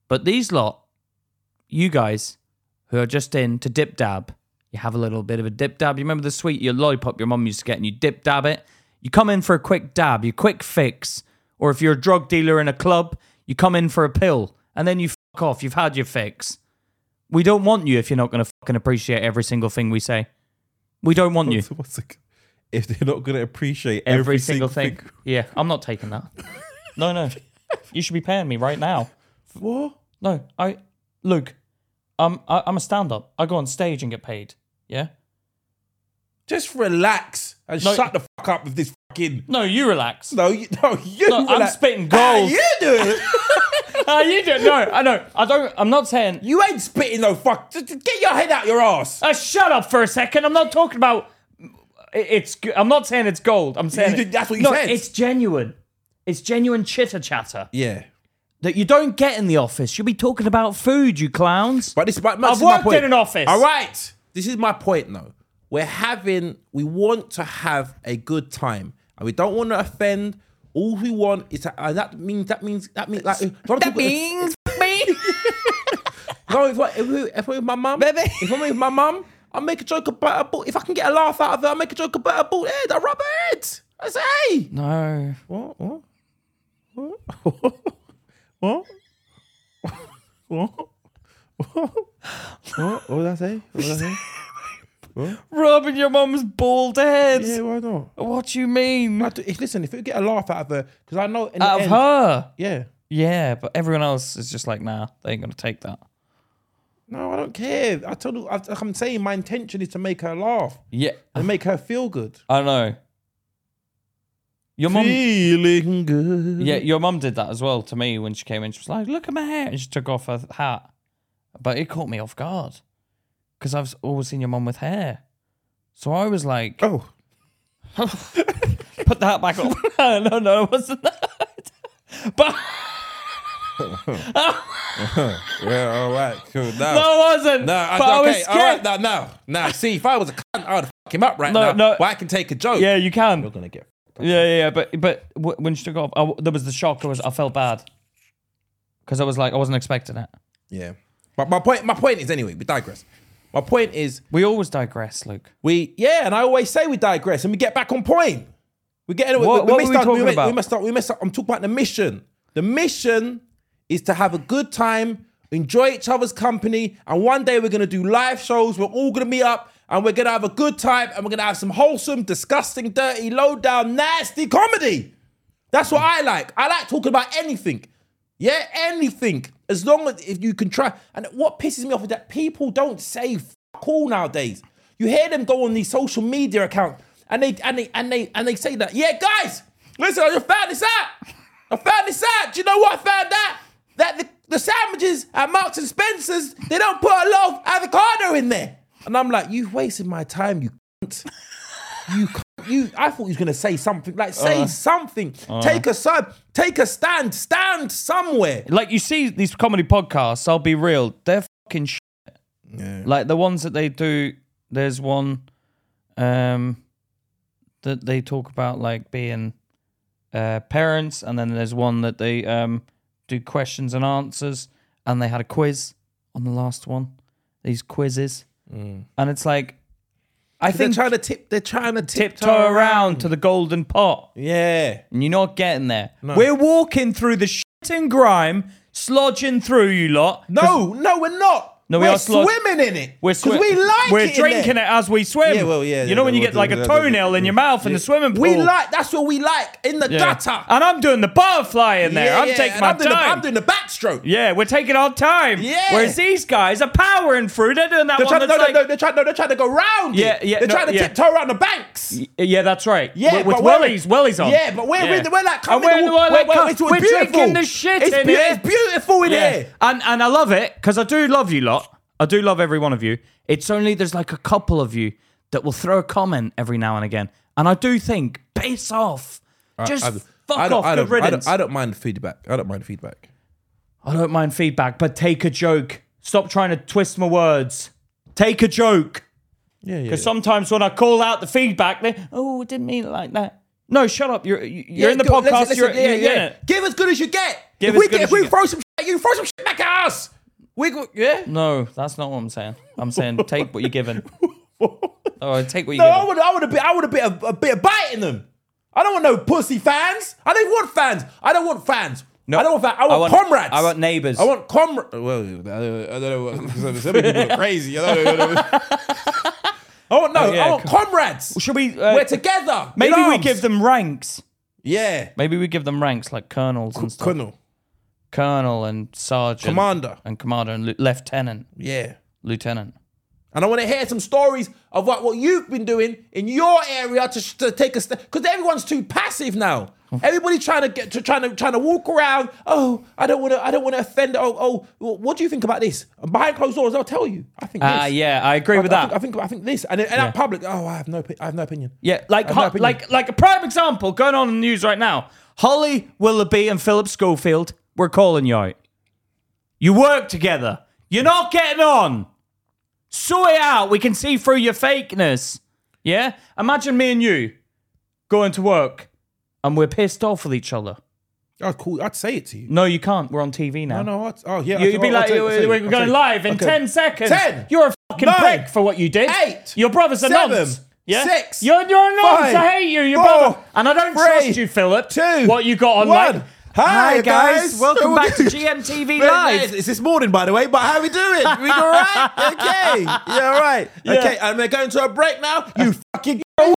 But these lot, you guys who are just in to dip dab, you have a little bit of a dip dab. You remember the sweet, your lollipop your mum used to get and you dip dab it? You come in for a quick dab, your quick fix. Or if you're a drug dealer in a club, you come in for a pill and then you fuck off. You've had your fix. We don't want you if you're not going to fucking appreciate every single thing we say. We don't want you. So [LAUGHS] what's the- if they're not going to appreciate Every, single thing. Yeah, I'm not taking that. No, no. You should be paying me right now. What? No, I, Luke, I'm, I, I'm a stand up. I go on stage and get paid. Yeah? Just relax and No. shut the fuck up with this fucking. No, [LAUGHS] you relax. [LAUGHS] No, you, no, you. No, I'm relax. spitting How gold. [LAUGHS] you doing? Ah, you do. No, I don't. I don't. I'm not saying. you ain't spitting no fuck. Just just get your head out your [LAUGHS] ass. Uh, shut up for a second. I'm not talking about. it- It's. g- I'm not saying it's gold. I'm You saying it- did- that's what you no, said. It's genuine. It's genuine chitter chatter Yeah, that you don't get in the office. You'll be talking about food, you clowns. but this. But this I've is my worked point. in an office. All right. This is my point, though. We're having, we want to have a good time, and we don't want to offend. All we want is to, and that means that means that means like if I'm talking- [LAUGHS] me. no, if, I- if, we- if I'm with my mum, Baby. if I'm with my mum, I make a joke about her ball. If I can get a laugh out of her, I make a joke about her bald head. I rub her head. I say, hey. No. What? What? What? [LAUGHS] What? What? What? What? What did I say? What did I say? Rubbing your mum's bald head. why not? What do you mean? Oh, I do- if- listen, if it get a laugh out of her, because I know in the Out of end- her. yeah. Yeah, but everyone else is just like, nah, they ain't gonna take that. No, I don't care. I told her, I, I'm saying my intention is to make her laugh Yeah, and make her feel good. I know. Your mum, Feeling good. yeah, your mum did that as well to me when she came in. She was like, "Look at my hair," and she took off her hat, but it caught me off guard because I've always seen your mum with hair. So I was like, Oh, [LAUGHS] put the hat back on. [LAUGHS] no, no, no, it wasn't [LAUGHS] that. but [LAUGHS] yeah, all right, cool. Now, no, it wasn't. now, I- but I okay, all was right, scared. now, now, now. See, if I was a cunt, I would fuck him up right No, now. no. But I can take a joke. yeah, you can. You're gonna get. Yeah, yeah, yeah. But but w- when she took off, I w there was the shock. I was I felt bad because I was like I wasn't expecting it. Yeah. But my point, my point is anyway. We digress. My point is We always digress, Luke. we yeah, and I always say we digress and we get back on point. We get we, What- we, what messed were we up, talking we, about? we messed up. We messed up. I'm talking about the mission. The mission is to have a good time, enjoy each other's company, and one day we're gonna do live shows. We're all gonna meet up. And we're gonna have a good time, and we're gonna have some wholesome, disgusting, dirty, low down, nasty comedy. That's what I like. I like talking about anything. Yeah, anything. As long as if you can try. And what pisses me off is that people don't say f- all nowadays. You hear them go on these social media accounts and they and they and they and they say that, yeah, guys, listen, I just found this out. I found this out. Do you know what I found out? That the, the sandwiches at Marks and Spencer's, they don't put a lot of avocado in there. And I'm like, you've wasted my time, you cunt. You cunt. You, I thought he was gonna say something. Like, say Uh-huh. something. take a sub. Take a stand. Stand somewhere. Like you see these comedy podcasts. I'll be real. They're fucking shit. Like the ones that they do. There's one um, that they talk about like being uh, parents, and then there's one that they um, do questions and answers, and they had a quiz on the last one. These quizzes, and it's like I They're think trying to tip. They're trying to tiptoe, tiptoe around to the golden pot. Yeah. and you're not getting there. We're walking through the shit and grime, slodging through you lot. No, no, we're not. No, we we're are slug- swimming in it. We're because swi- we like We're it. in drinking there. it as we swim. Yeah, well, yeah, You yeah, know when you we'll get do like that, a we'll do toenail in your mouth in the swimming pool. We like. That's what we like in the Yeah. gutter. And I'm doing the butterfly in there. Yeah, I'm yeah, taking and my I'm doing the- time. I'm doing the backstroke. yeah, we're taking our time. Yeah. Whereas these guys are powering through. They're doing that They're one trying, to, that's no, like, no, no, they're trying, no, they're trying to go round. it. Yeah, yeah, They're no, trying to yeah. tiptoe around the banks. Yeah, that's right. Yeah, with, with but we're- wellies, wellies on. Yeah, but we're, Yeah. we're, we're like and coming we're, in. we're, like, we're, we're, drinking the shit it's in beau- here. It's beautiful in Yeah. here. And and I love it because I do love you lot. I do love every one of you. It's only there's like a couple of you that will throw a comment every now and again, and I do think piss off, just fuck I don't, off, I don't, good riddance. I don't, I don't mind feedback. I don't mind feedback. I don't mind feedback, but take a joke. Stop trying to twist my words. Take a joke. Yeah, yeah. Because sometimes when I call out the feedback, they oh, I didn't mean it like that. No, shut up. You're you- you're in the go- podcast. listen, you're, listen, yeah, you're in yeah. it. Give as good as you get. Give if as we, good get, as if we you get. throw some shit at you, throw some shit back at [LAUGHS] us. We go, yeah. No, that's not what I'm saying. I'm saying take what [LAUGHS] you're given. Oh, take what No, you're given. I would, I would a bit, I would a bit, of, a bit of bite in them. I don't want no pussy fans. I don't want fans. I don't want fans. No, I don't want fans. I want, comrades. I want neighbors. I want comrades. Well, I don't know. What, [LAUGHS] some people [LAUGHS] are crazy. I don't know. I want no. yeah, I want comrades. Should we? Uh, We're together. in maybe we arms. give them ranks. Yeah. Maybe we give them ranks like colonels and stuff. Colonel. Colonel and sergeant, Commander. and commander and lu- lieutenant, Yeah. lieutenant. And I want to hear some stories of what, what you've been doing in your area to, to take a step. Because everyone's too passive now. Everybody's trying to get to trying to trying to walk around. Oh, I don't want to. I don't want to offend. Oh, oh, well, what do you think about this? And behind closed doors, they'll tell you. I think. Ah, this. yeah, I agree with I that. think, I think I think this. And, and out public, oh, I have no. opi- I have no opinion. yeah, like have no Ho- opinion. like like a prime example going on in the news right now. Holly Willoughby and Philip Schofield, we're calling you out. You work together. You're not getting on. Sort it out. We can see through your fakeness. Yeah. Imagine me and you going to work, and we're pissed off with each other. I'd call. Oh, I'd say it to you. No, you can't. We're on TV now. No, no. I'd, oh, yeah. You- I'll- You'd be I'll like, take it, I'll take it, we're I'll going take it. live in Okay. 10 seconds. 10, You're a fucking nine, prick for what you did. eight, Your brother's a seven, nonce. Yeah? six, You're, you're a nonce. I five, hate you. Your four, brother. And I don't three, trust you, Philip. two, What you got on one. like. Hi, [LAUGHS] guys. Welcome back to GMTV Live. It's this morning, by the way. But how we doing? We all [LAUGHS] right? Okay. Yeah, all right. Okay. And we're going to a break now. [LAUGHS] You fucking. I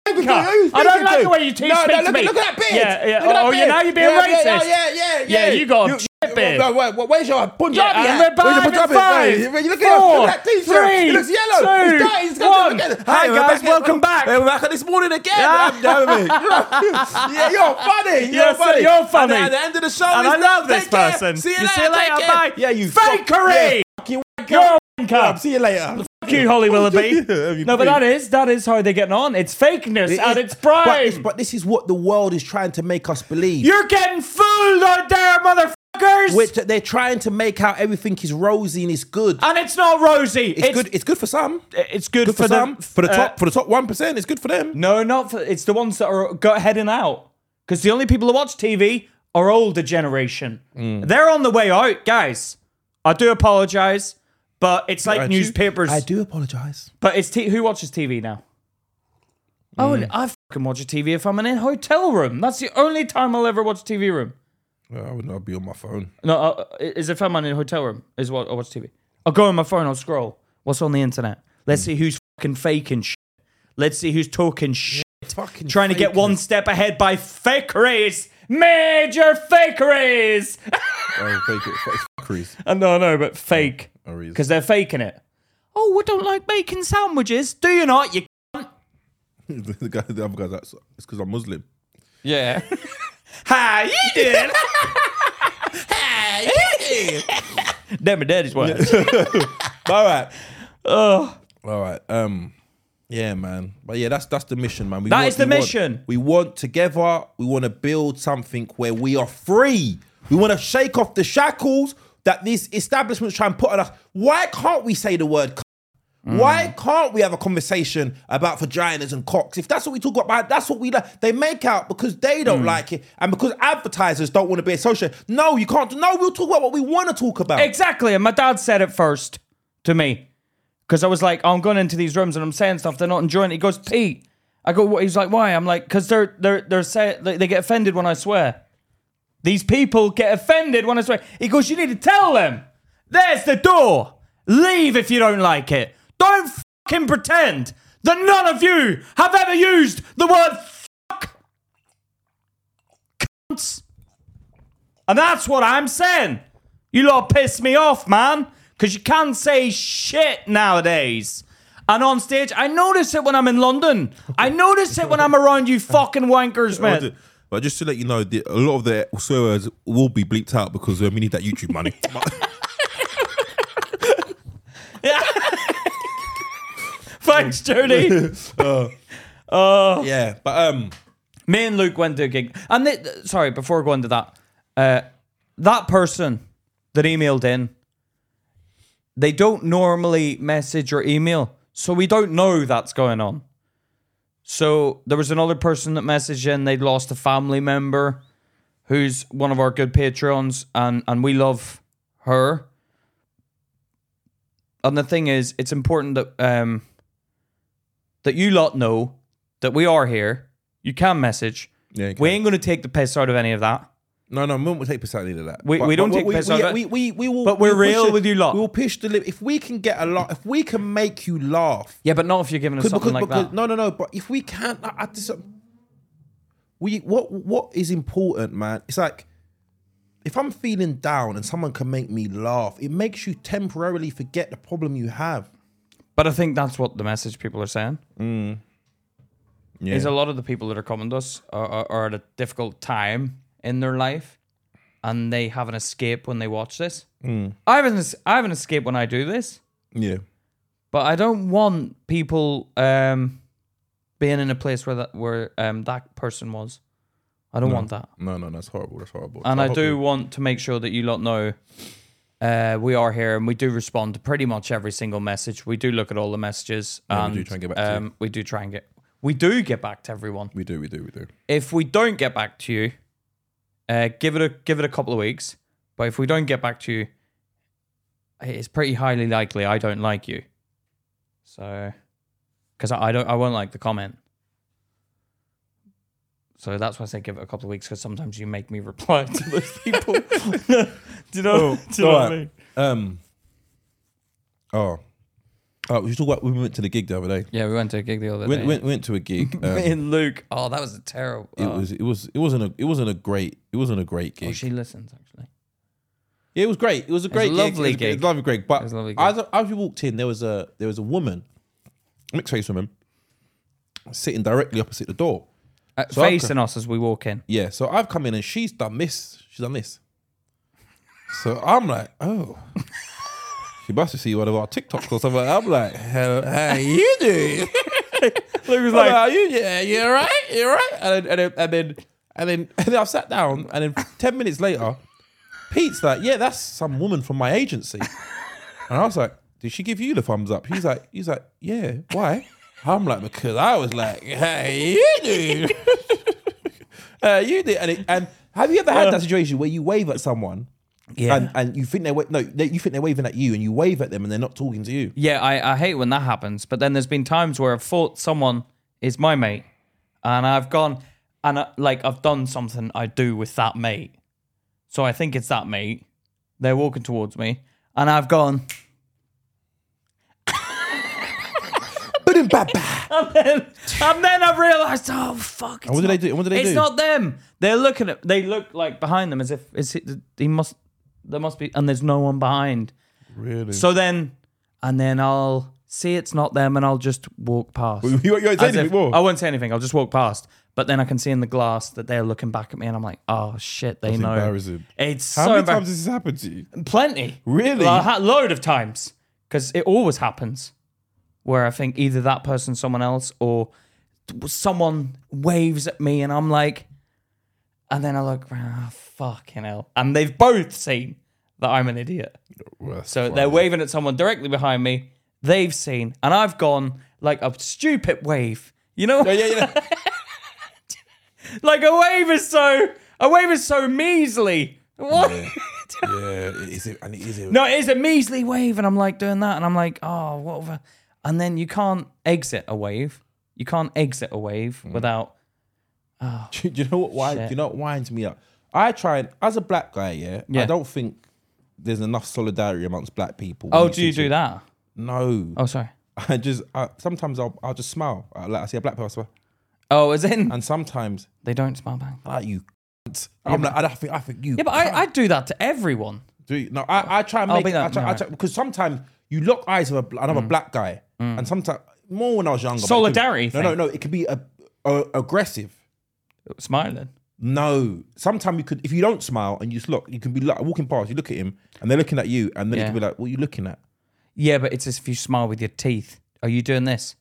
I don't like the way you two No, speak no, to look, me. look at that beard. Yeah, yeah. Look at that Oh, you- beard. now you're being yeah, Yeah, racist. yeah, yeah, Yeah, you got a shit beard. Well, well, well, where's your Punjabi Yeah, and we're hat? Where's your back in Punjabi hat? five, Hey, Look at four, look at that t-shirt. three, It looks yellow. two, it's dirty. It's got one. to look at it. Hi, Hey, we're guys. at- Welcome back. Hey, We're back on this morning [LAUGHS] again. I'm David. [LAUGHS] Yeah, you're funny. You're Yes, funny. you're And funny. At the end of the show, And it's I love done. this Take care. person. See you You later. see you later. Take care. Bye. Yeah, you fuck- Fakery. yeah, fucking wanker. You're a Um, wanker. See you later. Fuck [LAUGHS] you, Holly Willoughby. You no, but prick. that is that is how they're getting on. It's fakeness It at is- its prime. But, it's- but this is what the world is trying to make us believe. You're getting fooled out there, motherfuckers! Which they're trying to make out everything is rosy and it's good. and Uh, it's not rosy. It's, good. It's good for some. It's good, Good for, for, the some. for the uh, top. for the top one percent, it's good for them. no, not for. It's the ones that are go, heading out. Because the only people that watch TV are older generation. Mm. They're on the way out, guys. I do apologize, but it's like I do- newspapers. I do apologize. But it's t- who watches TV now? Mm. Oh, I fucking watch a TV if I'm in a hotel room. That's the only time I'll ever watch a TV room. I would not be on my phone. No, uh, is if I'm in a hotel room, is what I watch TV. I'll go on my phone, I'll scroll. What's on the internet? Let's Mm. see who's fucking faking shit. Let's see who's talking shit. Fucking Trying to get one step ahead by fakeries. Major fakeries. Oh, fake it. It's fuckeries. [LAUGHS] Uh, no, no, but fake. Oh, reason. Because they're faking it. Oh, we don't like bacon sandwiches. Do you not? You the, guy, the other guy's like, "So- it's because I'm Muslim. Yeah. [LAUGHS] How you doing? [LAUGHS] How [LAUGHS] you doing? That my daddy's wife. All right. Ugh. All right. Um. Yeah, man. But yeah, that's that's the mission, man. We That is the we want- mission. we want together. We want to build something where we are free. We want to shake off the shackles that these establishments try and put on us. Why can't we say the word? c- Mm. Why can't we have a conversation about vaginas and cocks? If that's what we talk about, that's what we like. They make out because they don't Mm. like it, and because advertisers don't want to be associated. No, you can't. do- No, we'll talk about what we want to talk about. Exactly. And my dad said it first to me. because I was like, oh, I'm going into these rooms and I'm saying stuff they're not enjoying. It. He goes, Pete. I go, what? He's like, why? I'm like, because they're they're they're say, they they get offended when I swear. These people get offended when I swear. He goes, you need to tell them. There's the door. Leave if you don't like it. Don't fucking pretend that none of you have ever used the word fuck. Cunts. And that's what I'm saying. You lot piss me off, man. Because you can't say shit nowadays. And on stage, I notice it when I'm in London. I notice it when I'm around you fucking wankers, Oh, man. But just to let you know, the, a lot of the swear words will be bleeped out because um, we need that YouTube [LAUGHS] money. Thanks, Jody. Uh, Uh. yeah, but um, Me and Luke went to a gig. And they, sorry, before I go into that, uh, that person that emailed in, they don't normally message or email. So we don't know that's going on. So there was another person that messaged in, they'd lost a family member who's one of our good patrons, and, and we love her. And the thing is, it's important that um, that you lot know that we are here. You can message. Yeah, you We can. ain't going to take the piss out of any of that. no, no, we won't take piss out of any of that. We- But- we don't but take piss we, out of we, it. we, we will, But we're we'll push real the- with you lot. We will push the limit. If we can get a lot, if we can make you laugh, Yeah, but not if you're giving us Because- something like because- because- that. No, no, no. But if we can't, I, I just, we what what is important, man? It's like if I'm feeling down and someone can make me laugh, it makes you temporarily forget the problem you have. But I think that's what the message people are saying. Mm. Yeah. Is a lot of the people that are coming to us are, are, are at a difficult time in their life, and they have an escape when they watch this. Mm. I have an es- I have an escape when I do this, yeah. but I don't want people um, being in a place where that where um, that person was. I don't want that, No, no, that's horrible. That's horrible. and I, hope do we- want to make sure that you lot know. Uh, we are here and we do respond to pretty much every single message. We do look at all the messages Yeah, we and do try and get back to you. um, we do try and get we do get back to everyone. We do. We do. We do. if we don't get back to you, uh, give it a give it a couple of weeks. But if we don't get back to you, it's pretty highly likely I don't like you. So, because I, I don't, I won't like the comment. So that's why I say give it a couple of weeks because sometimes you make me [LAUGHS] reply to those [LAUGHS] people. do you know? do you know what I Oh, alright. mean? Um. Oh. Oh, we should talk about we went to the gig the other day. Yeah, we went to a gig the other We day. went, went went to a gig. Um, [LAUGHS] Me and Luke. Oh, that was a terrible. it was it was it wasn't a it wasn't a great it wasn't a great oh, gig. she listens actually. Yeah, it was great. It was a great, gig. lovely It was a- gig. It was a lovely gig. But It was a lovely as as we walked in, there was a there was a woman, mixed race woman, sitting directly opposite the door. Uh, So I've got- facing us as we [LAUGHS] walk in. Yeah, so I've come in and she's done this. She's done this. So I'm like, oh. [LAUGHS] She must have seen one of our TikToks or something. I'm like, how, how you doing? Luke was like, are you? Yeah, you all right? You all right? And then, and then, and then, and then I sat down, and then ten minutes later, Pete's like, "Yeah, that's some woman from my agency," and I was like, "Did she give you the thumbs up?" He's like, "He's like, yeah, why?" I'm like, "Because I was like, hey, you do, [LAUGHS] uh, you do," and, it, and have you ever had that situation where you wave at someone? uh, Yeah. And, and you think they're wa- no, they, you think they're waving at you, and you wave at them, and they're not talking to you. Yeah, I, I hate when that happens. But then there's been times where I've thought someone is my mate, and I've gone and I, like I've done something I do with that mate. So I think it's that mate. They're walking towards me, and I've gone. Boom, ba, ba. And then, and then I've realised, oh fuck! And what it's do they not- do? And what do they it's do? not them. They're looking at. They look like behind them as if is it, he must. There must be, and there's no one behind. really. So then, and then I'll see it's not them, and I'll just walk [LAUGHS] past. you, you ain't saying As anything if- more. I won't say anything. I'll just walk past. But then I can see in the glass that they're looking back at me, and I'm like, "Oh shit, they know." embarrassing. It's How so many embar- times has this happened to you? Plenty, Really? a ha- load of times, because it always happens. Where I think either that person, someone else, or someone waves at me, and I'm like, and then I look, ah, fucking hell, and they've both seen that I'm an idiot. So they're waving at someone directly behind me. They've seen, and I've gone like a stupid wave. You know, [LAUGHS] yeah, yeah. [LAUGHS] like a wave is so a wave is so measly. What? Do [LAUGHS] yeah, it is, and it is. No, it is a measly wave, and I'm like doing that, and I'm like, oh, whatever. And then you can't exit a wave. You can't exit a wave without. Do you know what? Why? Do you know what winds me up? I try and as a black guy, yeah, Yeah. I don't think there's enough solidarity amongst black people. Oh, When do you do that? No, Oh, sorry. I just I, sometimes I'll I'll just smile. I, like I see a black person, I smile. Oh, as in [LAUGHS] and sometimes they don't smile back. like you. cunt. I'm like, I don't think I think you. Yeah, but I, I do that to everyone. Do you, no, I, I try and I'll make be it, that- I try, no, Mm. I try, because sometimes you lock eyes with a, bl- another black guy, and sometimes more when I was younger. but it could- Solidarity No, no, no. It could be a, a, aggressive. Smiling. No, sometimes you could if you don't smile and you just look, you can be like walking past, you look at him, and they're looking at you, and then it Yeah. could be like, "What are you looking at?" Yeah, but it's as if you smile with your teeth. Are you doing this?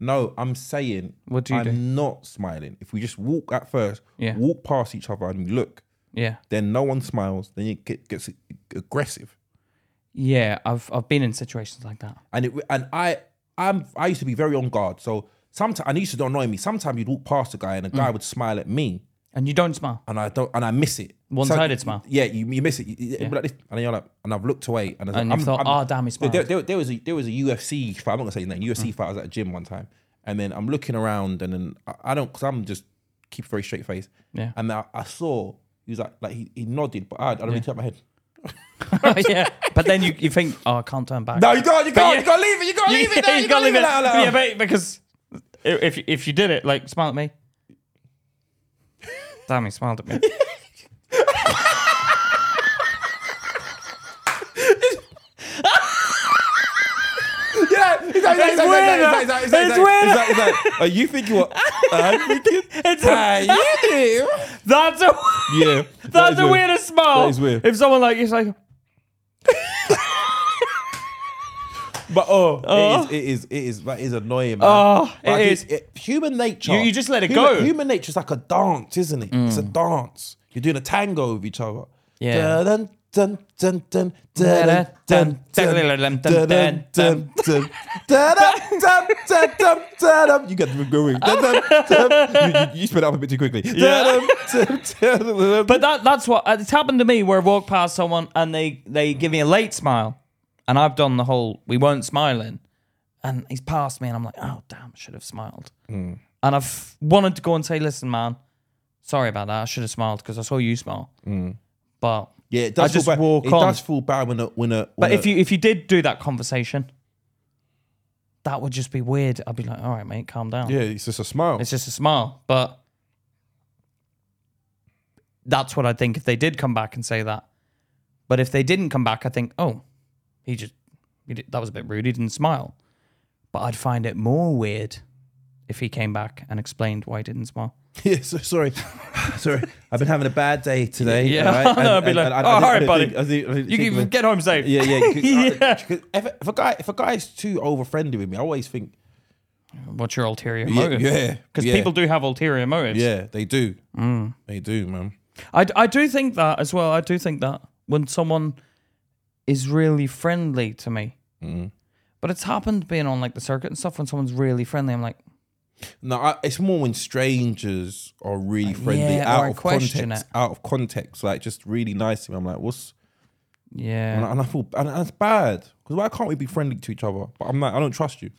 No, I'm saying What do you I'm do? not smiling. If we just walk at first, Yeah. walk past each other and you look, Yeah. then no one smiles, then it get, gets aggressive. Yeah, I've I've been in situations like that. and it and I I'm I used to be very on guard. So sometimes and it used to annoy me. Sometimes you'd walk past a guy and a Mm. guy would smile at me, And you don't smile. and I don't and I miss it. One-sided So- smile. Yeah, you, you miss it. You- you- it'd be like this, and then you're like, and I've looked away, and, I was And like, you thought, "Ah, damn, he smiled." There, there, there was a there was a UFC fight. I'm not gonna say his name. UFC fight. I was at a gym one time, and then I'm looking around, and then I, I don't because I'm just keep a very straight face. Yeah. And I, I saw he was like like he, he nodded, but I, I don't really turn my head. [LAUGHS] yeah. But then you, you think, oh, I can't turn back. No, you can't. You can't. yeah. You can't leave it. You can't [LAUGHS] leave it. there, Yeah, You can't leave it. there, like- oh. Yeah, but because if if you did it, like smile at me. [LAUGHS] Damn, he smiled at me. Yeah, it's like, it's like, it's like, it's like, it's like, it's like, it's like, it's like, it's like, uh, you think you were? I'm thinking, [LAUGHS] It's [LAUGHS] ah, you do. [LAUGHS] that's a Yeah, that that's is the weirdest smile. That is weird. If someone like it's like But oh, it is, it is, it is, that is annoying. Man. Oh, But I it do- is. it- human nature. You- you just let it human, go. Mm. Human nature is like a dance, isn't it? It's a dance. You're doing a tango with each other. Yeah. Dun, dun, dun, dun, dun, dun, dun, dun, dun, dun, dun. Dun, dun, dun, dun, dun, dun, dun. You get the going. Dun, dun, dun. You- You you sped it up a bit too quickly. Yeah. But But that that's what it's happened to me where I walk past someone and they they give me a late smile, and I've done the whole we weren't smiling, and he's passed me and I'm like, oh damn, I should have smiled, and I've wanted to go and say, listen, man, sorry about that, I should have smiled because I saw you smile, but yeah, it does I just feel bad. walk it on. does feel bad when a when a. but if you if you did do that conversation, that would just be weird. I'd be like, all right, mate, calm down. yeah, it's just a smile. It's just a smile, but that's what I think if they did come back and say that. But if they didn't come back, I think, oh, he just he did, that was a bit rude. He didn't smile. But I'd find it more weird if he came back and explained why he didn't smile. [LAUGHS] Yeah, so, sorry, [SIGHS] sorry. I've been having a bad day today. Yeah. alright? [LAUGHS] No, I'd be like, "Oh, didn't- alright, didn't buddy. think- I didn't- I didn't You think can of it." get home [LAUGHS] safe. Yeah, [LAUGHS] yeah. 'cause I- Yeah. 'cause if, if a guy, if a guy's too over friendly with me, I always think, What's your ulterior Yeah, motive? yeah, Because yeah. people do have ulterior motives. yeah, they do, they do, man. I, I do think that as well. I do think that when someone is really friendly to me, Mm-hmm. but it's happened being on like the circuit and stuff. When someone's really friendly, I'm like, No, I, it's more when strangers are really friendly yeah, or out I of question context. it. Out of context, like just really nice to me. I'm like, what's? And yeah, I, and I feel, and that's bad because why can't we be friendly to each other? But I'm like, I don't trust you.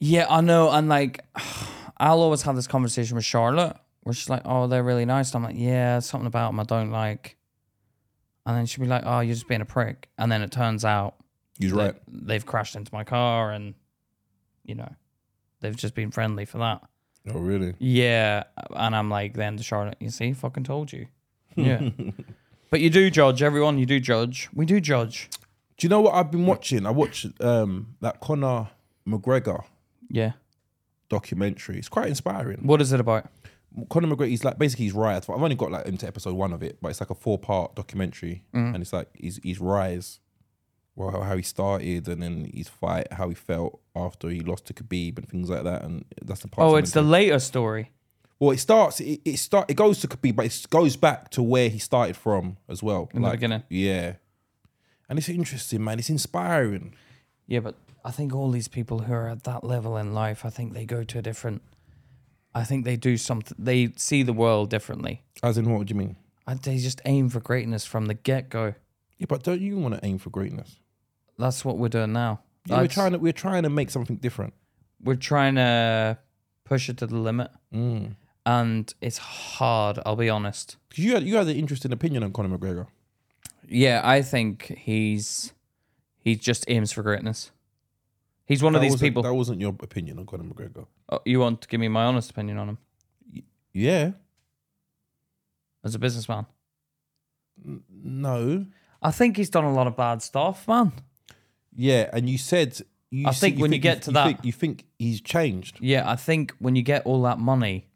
yeah, I know. And like, [SIGHS] I'll always have this conversation with Charlotte where she's like, oh, they're really nice. And I'm like, yeah, something about them I don't like. And then she'll be like, oh, you're just being a prick. And then it turns out You're right. they've crashed into my car and, you know, they've just been friendly for that. Oh, really? Yeah, and I'm like, then to Charlotte, you see, fucking told [LAUGHS] you. Yeah, but you do judge everyone. You do judge. We do judge. Do you know what I've been watching? I watched um, that Conor McGregor Yeah. documentary. It's quite inspiring. What is it about? Conor McGregor, he's like basically his rise. I've only got like into episode one of it, but it's like a four part documentary, Mm-hmm. and it's like his his rise, well how, how he started, and then his fight, how he felt after he lost to Khabib, and things like that. And that's the part. Oh, I'm it's the into. later story. well, it starts. It, it start. It goes to Khabib, but it goes back to where he started from as well. In the beginning. yeah. And it's interesting, man. It's inspiring. Yeah, but I think all these people who are at that level in life, I think they go to a different. I think they do something. They see the world differently. As in, what do you mean? I, they just aim for greatness from the get go. Yeah, but don't you want to aim for greatness? That's what we're doing now. Yeah, we're That's- trying to we're trying to make something different. we're trying to push it to the limit, Mm. and it's hard. I'll be honest. Cause you had you had an interesting opinion on Conor McGregor. Yeah, I think he's he just aims for greatness. He's one That of these wasn't- people. That wasn't your opinion on Conor McGregor. Oh, you want to give me my honest opinion on him Yeah. as a businessman? No. I think he's done a lot of bad stuff, man. Yeah, and you said you I s- think when you get to that- think, you think he's changed. Yeah, I think when you get all that money,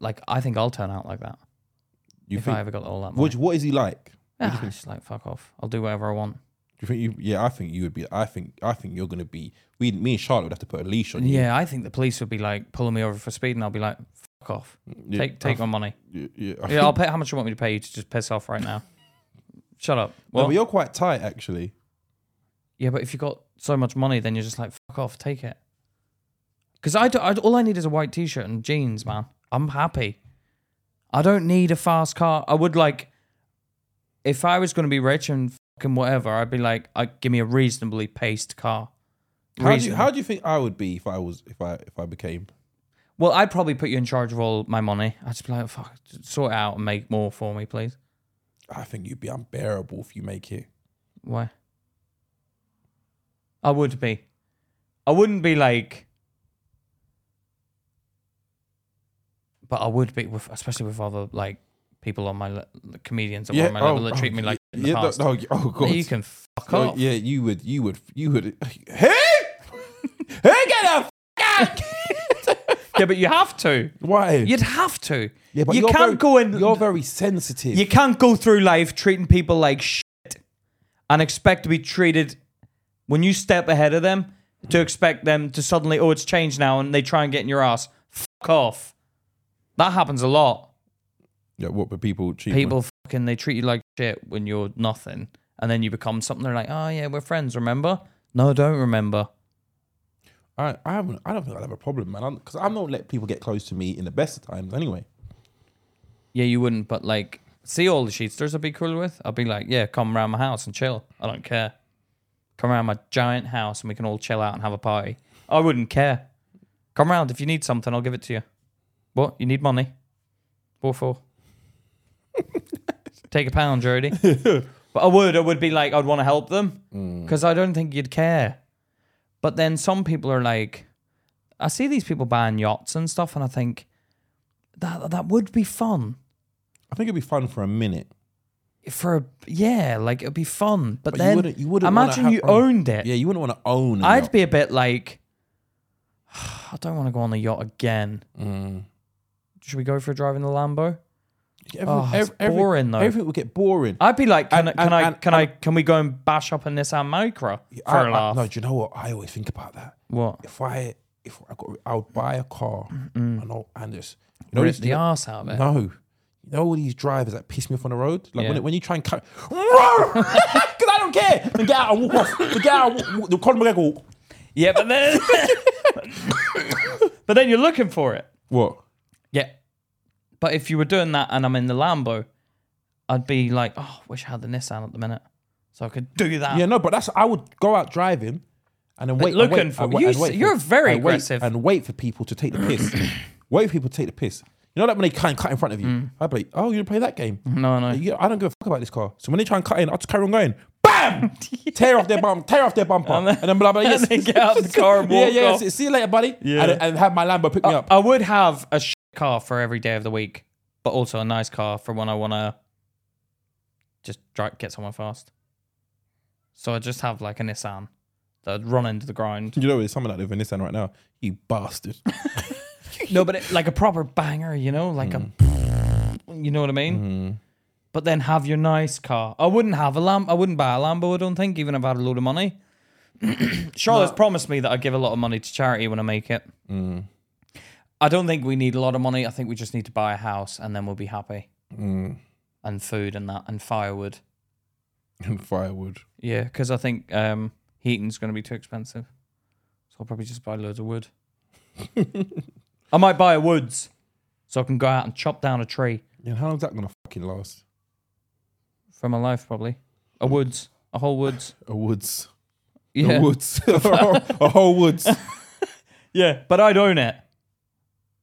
like I think I'll turn out like that You if think I ever got all that money. what, what is he like? Ah, it's like fuck off. I'll do whatever I want. Do you think you? Yeah, I think you would be. I think I think you're gonna be. We, me and Charlotte would have to put a leash on you. Yeah, I think the police would be like pulling me over for speed, and I'll be like, fuck off. Yeah, Oh. Take take my money. Yeah, yeah. I [LAUGHS] [LAUGHS] Yeah, think- I'll pay. How much you want me to pay you to just piss off [LAUGHS] right now? Shut up. no, Well, but you're quite tight actually. yeah, but if you got so much money, then you're just like, fuck off, take it. Because I, do, I all I need is a white t-shirt and jeans, man. I'm happy. I don't need a fast car. I would like, if I was going to be rich and fucking whatever, I'd be like, I give me a reasonably paced car. How do, you, Reasonable. how do you think I would be if I was if I if I became? Well, I'd probably put you in charge of all my money. I'd just be like, fuck, sort it out and make more for me, please. I think you'd be unbearable if you make it. Why? I would be. I wouldn't be like. But I would be, with, especially with other like people on my le- comedians that were on my level that treat me like in the oh, yeah, past. No, no, oh god. you can fuck No, off. yeah, you would. You would. You would. Hey, hey, get up! [LAUGHS] Yeah, but you have to. Why? You'd have to. Yeah, but you you're can't very- go in. You're very sensitive. You can't go through life treating people like shit and expect to be treated when you step ahead of them to expect them to suddenly, oh, it's changed now, and they try and get in your ass. Fuck off. That happens a lot. yeah, what? But people cheat. People fucking they treat you like shit when you're nothing, and then you become something. They're like, oh yeah, we're friends. Remember? No, don't remember. I, I haven't. I don't think I'd have a problem, man. Because I don't let people get close to me in the best of times, anyway. Yeah, you wouldn't, but like, see all the sheetsters I'd be cool with. I'd be like, yeah, come around my house and chill. I don't care. Come around my giant house and we can all chill out and have a party. I wouldn't care. Come around. If you need something, I'll give it to you. What? You need money? What for? Take a pound, Jody. but I would. I would be like, I'd want to help them because I don't think you'd care. But then some people are like, I see these people buying yachts and stuff, and I think that that would be fun I think it'd be fun for a minute. for a, yeah, like it'd be fun. But, But then you wouldn't. You wouldn't. wanna imagine have- you owned it. Yeah, you wouldn't want to own. a I'd yacht. be a bit like, [SIGHS] I don't want to go on a yacht again. Mm. Should we go for a drive in the Lambo? Everything, Oh, it's ev- every- boring, though. Everything would get boring. I'd be like, can And- I, can and- I, and- can I, can we go and bash up a Nissan Micra for I- a I- laugh? no, do you know what? I always think about that. what? If I if I got, I would buy a car and I'll, and just you know Rip these- the ass out of it. No. You know all these drivers that piss me off on the road? Like Yeah. when, when you try and [LAUGHS] cut, because I don't care. Then get out and walk off. Then get out and walk, the Conor McGregor walk. Yeah, [LAUGHS] but then, [LAUGHS] but then you're looking for it. What? Yeah. But if you were doing that and I'm in the Lambo, I'd be like, oh, wish I had the Nissan at the minute, so I could do that. Yeah, no, but that's I would go out driving and then wait. looking and wait, for- and wait, you and s- wait for- you're very and wait- aggressive. and wait for people to take the [CLEARS THROAT] piss. wait for people to take the piss. You know that when they kind of cut in front of you, I'd be like, "Oh, you didn't play that game? Mm. No, no. Yeah, I don't give a fuck about this car." So when they try and cut in, I just carry on going. [LAUGHS] Bam! Tear off their bum, tear off their bumper, and then, be like, yes. then get out of the car [LAUGHS] and yeah, walk yeah. off. Uh, See, see you later, buddy. Yeah, and, and have my Lambo pick me up. I would have a shit car for every day of the week, but also a nice car for when I want to just drive, get somewhere fast. So I just have like a Nissan that I'd run into the ground. You know, there's someone out there in this end right now. You [LAUGHS] bastard. no, but it, like a proper banger, you know, like a, [LAUGHS] you know what I mean. But then have your nice car. I wouldn't have a lamb. I wouldn't buy a Lambo. I don't think, even if I had a load of money. [CLEARS THROAT] Charlotte's promised me that I give a lot of money to charity when I make it. I don't think we need a lot of money. I think we just need to buy a house and then we'll be happy. And food and that and firewood. And firewood. Yeah, because I think um, heating's going to be too expensive. So I'll probably just buy loads of wood. I might buy a woods so I can go out and chop down a tree. Yeah, how long's that gonna fucking last? for my life, probably. A woods, a whole woods. A woods. Yeah, A [LAUGHS] woods. [LAUGHS] a, whole, a whole woods. yeah. But I'd own it,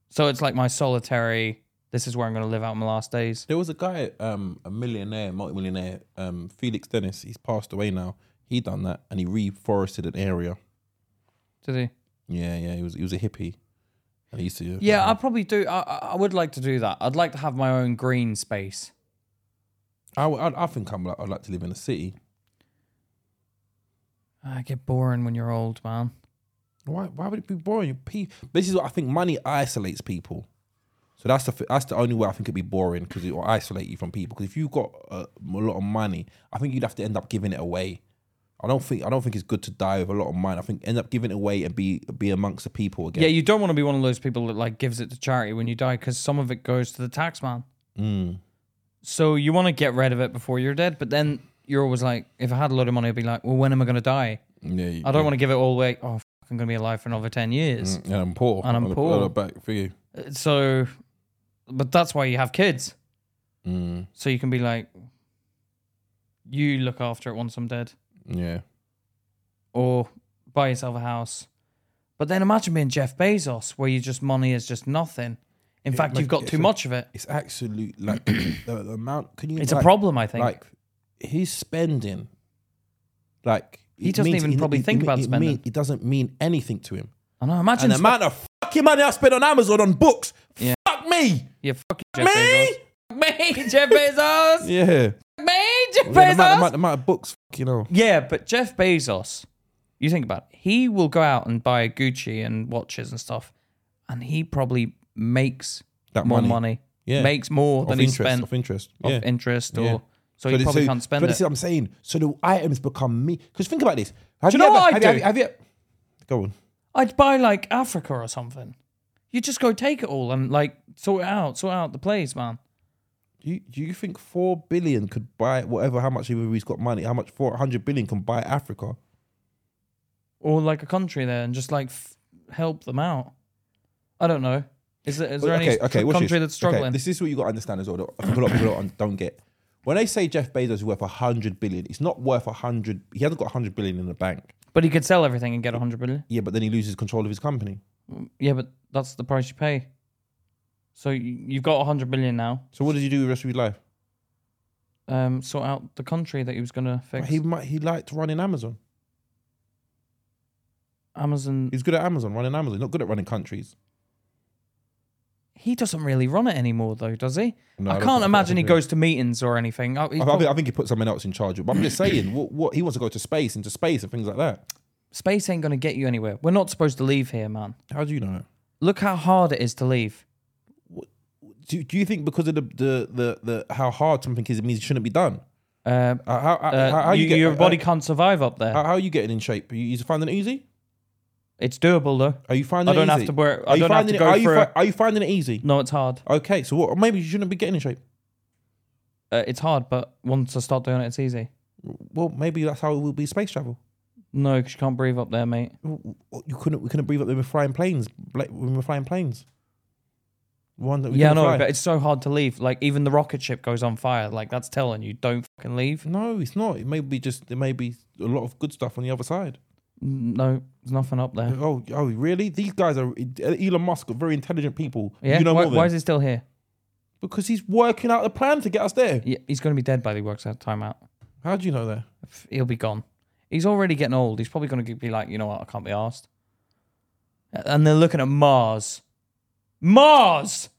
so it's like my solitary. This is where I'm going to live out my last days. There was a guy, um, a millionaire, multimillionaire, um, Felix Dennis. He's passed away now. He done that and he reforested an area. Did he? Yeah, yeah. He was he was a hippie. And he used to Yeah, I probably do. I, I I would like to do that. I'd like to have my own green space. I, w- I, I think I'm like I'd like to live in a city. I get boring when you're old, man. Why why would it be boring? Pe- This is what I think. Money isolates people. So that's the f- that's the only way I think it'd be boring because it will isolate you from people. Because if you've got a, a lot of money, I think you'd have to end up giving it away. I don't think I don't think it's good to die with a lot of money. I think end up giving it away and be be amongst the people again. Yeah, you don't want to be one of those people that like gives it to charity when you die because some of it goes to the tax man. Mm. So you want to get rid of it before you're dead, but then you're always like, if I had a lot of money, I'd be like, well, when am I going to die? Yeah, you, I don't want to give it all away. Oh, f- I'm going to be alive for another ten years. Mm, And I'm poor. And I'm I'll- poor. I'll back for you. Uh, So, but that's why you have kids, Mm, so you can be like, you look after it once I'm dead, yeah. or buy yourself a house. But then imagine being Jeff Bezos, where you just money is just nothing. In fact, like, you've got it's too a- much of it. It's absolute like the, the amount. Can you? It's a like- problem, I think. Like he's spending. Like He it doesn't even it- probably it- think it- about it spending. mean- it doesn't mean anything to him. I know. And Imagine the amount of fucking money I spend on Amazon on books. Yeah. Fuck me. Yeah, fuck you, me. Jeff Bezos. [LAUGHS] Me, Jeff Bezos. Yeah. Me, Jeff yeah the, amount, the, Bezos. amount, the amount of books. You know. Yeah, but Jeff Bezos, you think about it, he will go out and buy Gucci and watches and stuff, and he probably makes That more money, money. Yeah. makes more Of than he interest. spent Of interest. of yeah. interest, or Yeah. so he this- probably can't spend so it. this is what I'm saying. So the items become me. Because think about this. Have Do you know ever- what I have do? have have you, go on. I'd buy like Africa or something. You just go take it all and like sort it out, sort out the plays, man. Do you, do you think four billion could buy whatever? How much even he's got money? How much four hundred billion can buy Africa? Or like a country there and just like f- help them out. I don't know. Is there, is there any watch country this. that's struggling? Okay, this is what you got to understand as well. that A lot of people don't- don't get when they say Jeff Bezos is worth hundred billion. It's not worth hundred. He hasn't got hundred billion in the bank. But he could sell everything and get 100 billion. Yeah, but then he loses control of his company. Yeah, but that's the price you pay. So you, you've got 100 billion now. So what does he do with the rest of his life? Um, sort out the country that he was going to fix. He might he liked running Amazon. Amazon. He's good at Amazon, running Amazon. He's Not good at running countries. He doesn't really run it anymore, though, does he? No, I I don't can't think- imagine he I don't goes to meetings or anything. Oh, he's I, I prob- think, I think he put someone else in charge. of it. But I'm just saying, what, what he wants to go to space, into space, and things like that. Space ain't going to get you anywhere. We're not supposed to leave here, man. How do you know? Look how hard it is to leave. Do, do you think because of the, the the the how hard something is, it means it shouldn't be done? Uh, Uh, how, how, uh, how, how you, you- get, your uh, body can't survive up there. How, how are you getting in shape? Are you, you finding it easy? it's doable, though. Are you finding I don't it have easy? to work. Are I you don't have finding to it- go are you for. fi- Are you finding it easy? No, it's hard. Okay, so what? Maybe you shouldn't be getting in shape. Uh, it's hard, but once I start doing it, it's easy. Well, maybe that's how it will be space travel. No, because you can't breathe up there, mate. You couldn't. We couldn't breathe up there with flying planes. Like when we were flying planes. One that we yeah, I couldn't know, fly. but it's so hard to leave. Like even the rocket ship goes on fire. Like that's telling you don't fucking leave. no, it's not. It may be just. There may be a lot of good stuff on the other side. No, there's nothing up there. Oh, oh, really? These guys are Elon Musk are very intelligent people. Yeah, you know why, more than why is he still here? because he's working out the plan to get us there. Yeah, he's gonna be dead by the works out time out. How do you know that? F- He'll be gone. He's already getting old. He's probably gonna be like, you know what, I can't be asked. And they're looking at Mars. Mars,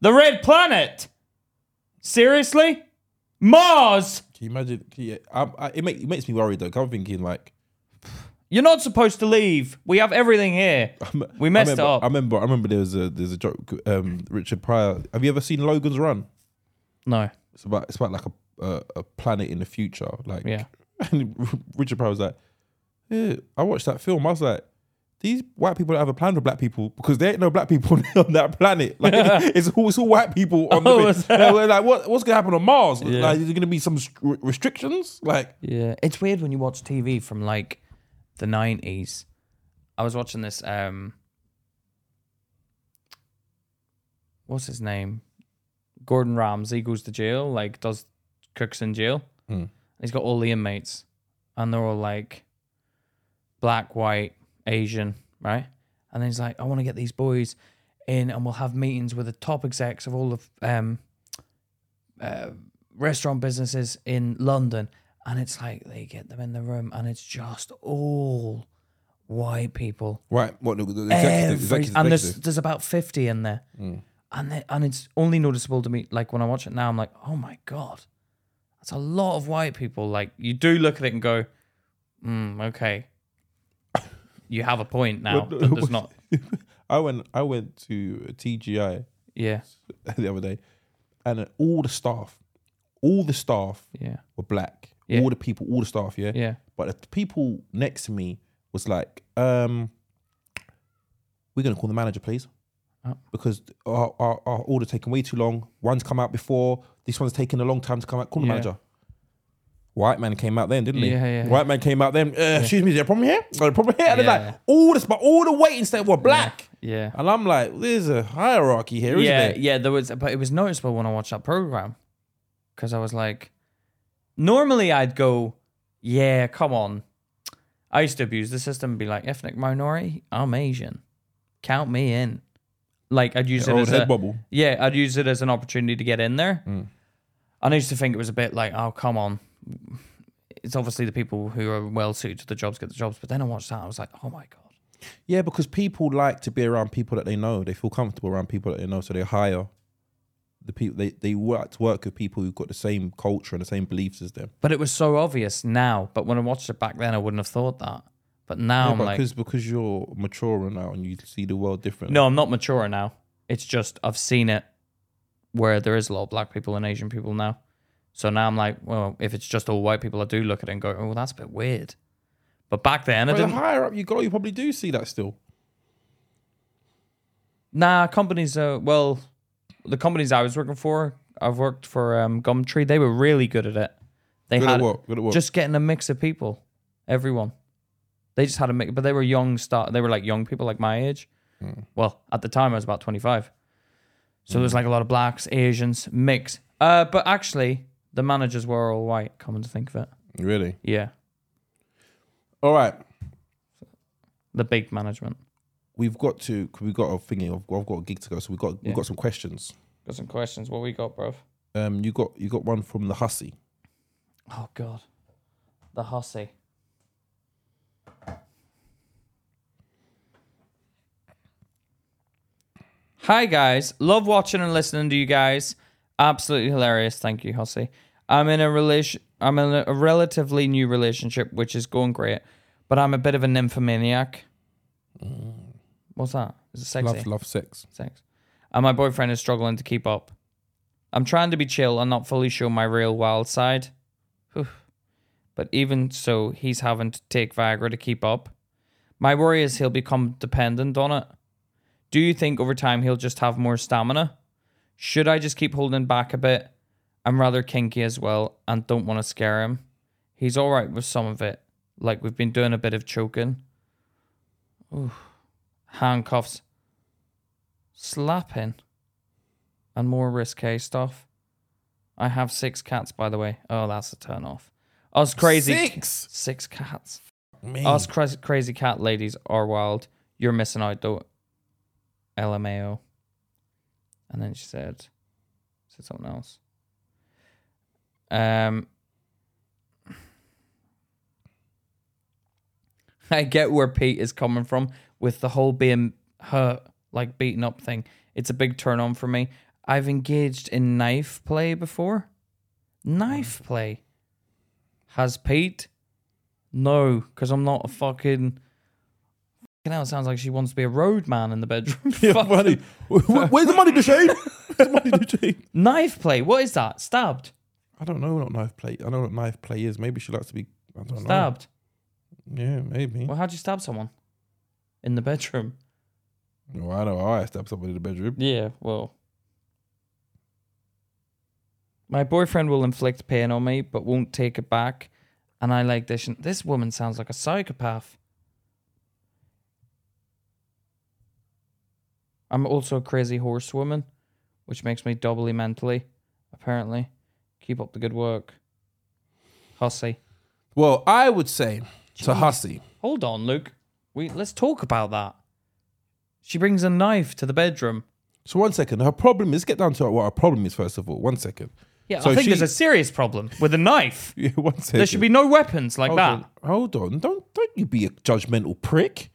the red planet. Seriously, Mars. Can you imagine? Can you, I, I, it, make, it makes me worried though. 'cause I'm thinking like You're not supposed to leave. We have everything here. We messed I remember, it up. I remember. I remember there was a there's a joke. Um, Richard Pryor. Have you ever seen Logan's Run? No. It's about it's about like a a, a planet in the future. Like Yeah. [LAUGHS] And Richard Pryor was like, yeah, I watched that film. I was like. These white people don't have a plan for black people because there ain't no black people [LAUGHS] on that planet. [LAUGHS] Like it's all it's all white people on Oh, the is thing. [LAUGHS] Like, we're like what what's gonna happen on Mars? Like is there gonna be some str- restrictions? Like Yeah, it's weird when you watch TV from like the nineties. I was watching this. um What's his name? Gordon Ramsay goes to jail, like does Cook's in jail. Hmm. He's got all the inmates, and they're all like black, white, Asian, right? And then he's like, I want to get these boys in, and we'll have meetings with the top execs of all the um, uh, restaurant businesses in London. And it's like they get them in the room, and it's just all white people Right. What the, the every, executive, executive, and there's executive. there's about fifty in there, Mm. and they, and it's only noticeable to me like when I watch it now. I'm like, oh my god, that's a lot of white people. Like you do look at it and go, mm, okay, you have a point now. [LAUGHS] What- that there's not, I went I went to TGI yeah, [LAUGHS] the other day and all the staff, all the staff yeah, were black. Yeah. All the people, all the staff, yeah? yeah, But the people next to me was like, um, we're going to call the manager, please. Oh. Because our, our, our order taking way too long. One's come out before. This one's taking a long time to come out. Call the Yeah. manager. White man came out then, didn't he? Yeah, yeah, White man came out then. Uh, Excuse me, is there a problem here? Is there a problem here? And Yeah. they're like, all this, but all the waiting staff were black. yeah, And I'm like, there's a hierarchy here, isn't yeah, there? yeah. There was, but it was noticeable when I watched that program because I was like, normally I'd go, yeah, come on. I used to abuse the system and be like, ethnic minority, I'm Asian, count me in. Like I'd use it Old as head a, bubble. yeah, I'd use it as an opportunity to get in there. Mm. And I used to think it was a bit like, oh, come on. It's obviously the people who are well suited to the jobs get the jobs. But then I watched that, I was like, oh my god, Yeah, because people like to be around people that they know. They feel comfortable around people that they know, so they hire the people they they work to work with people who've got the same culture and the same beliefs as them. But it was so obvious now. But when I watched it back then, I wouldn't have thought that. But now Yeah, I'm but like, because because you're mature now and you see the world differently. no, I'm not mature now. It's just I've seen it where there is a lot of black people and Asian people now. So now I'm like, well, if it's just all white people, I do look at it and go, oh, that's a bit weird. But back then, I but the didn't. higher up you go, you probably do see that still. Nah, companies. Uh, well, the companies I was working for, I've worked for um, Gumtree. They were really good at it. They Good had at what? Good at what? just getting a mix of people, everyone. They just had a mix, but they were young start. They were like young people, like my age. Well, at the time I was about twenty five, so there was like a lot of blacks, Asians, mix. Uh, but actually, the managers were all white. Coming to think of it, really. yeah, All right, the big management we've got to. We've got a thingy. I've, I've got a gig to go, so we've got Yeah. we've got some questions. got some questions. What we got, bruv? Um, you got you got one from the hussy. Oh God, the hussy. Hi guys, love watching and listening to you guys. Absolutely hilarious. Thank you, hussy. I'm in a relation. I'm in a relatively new relationship, which is going great, but I'm a bit of a nymphomaniac. What's that? Is it sexy? Love love sex. sex. And my boyfriend is struggling to keep up. I'm trying to be chill and not fully show my real wild side. Whew. But even so, he's having to take Viagra to keep up. My worry is he'll become dependent on it. Do you think over time he'll just have more stamina? Should I just keep holding back a bit? I'm rather kinky as well and don't want to scare him. He's alright with some of it. Like we've been doing a bit of choking. Ooh. Handcuffs slapping, and more risque stuff. I have six cats, by the way. Oh, that's a turn off. Us crazy Six? six cats. Me. Us cra- crazy cat ladies are wild. You're missing out though. LMAO. And then she said, said something else. Um, [LAUGHS] I get where Pete is coming from with the whole being hurt, like beaten up thing. It's a big turn on for me. I've engaged in knife play before. Mm. Knife play. Has Pete? No, because I'm not a fucking. Fucking hell, it sounds like she wants to be a road man in the bedroom. [LAUGHS] [LAUGHS] [LAUGHS] Yeah, Fuck. money. Where- Where's the money, Duchesne? Where's the money, Duchesne? Knife play. What is that? Stabbed. I don't know what knife play. I know what knife play is. Maybe she likes to be. I don't Stabbed. know. Yeah, maybe. Well, how'd you stab someone? In the bedroom. Well, I know. I stabbed somebody in the bedroom. Yeah, well. My boyfriend will inflict pain on me, but won't take it back. And I like this. This woman sounds like a psychopath. I'm also a crazy horse woman, which makes me doubly mentally, apparently. Keep up the good work. Hussy. Well, I would say to Hussey, Hold on, Luke. We let's talk about that. She brings a knife to the bedroom. so one second, her problem is, let's get down to what her problem is first of all. One second. Yeah, So I think she- there's a serious problem with a knife. [LAUGHS] Yeah, one second. There should be no weapons like hold that. on, hold on. Don't don't you be a judgmental prick.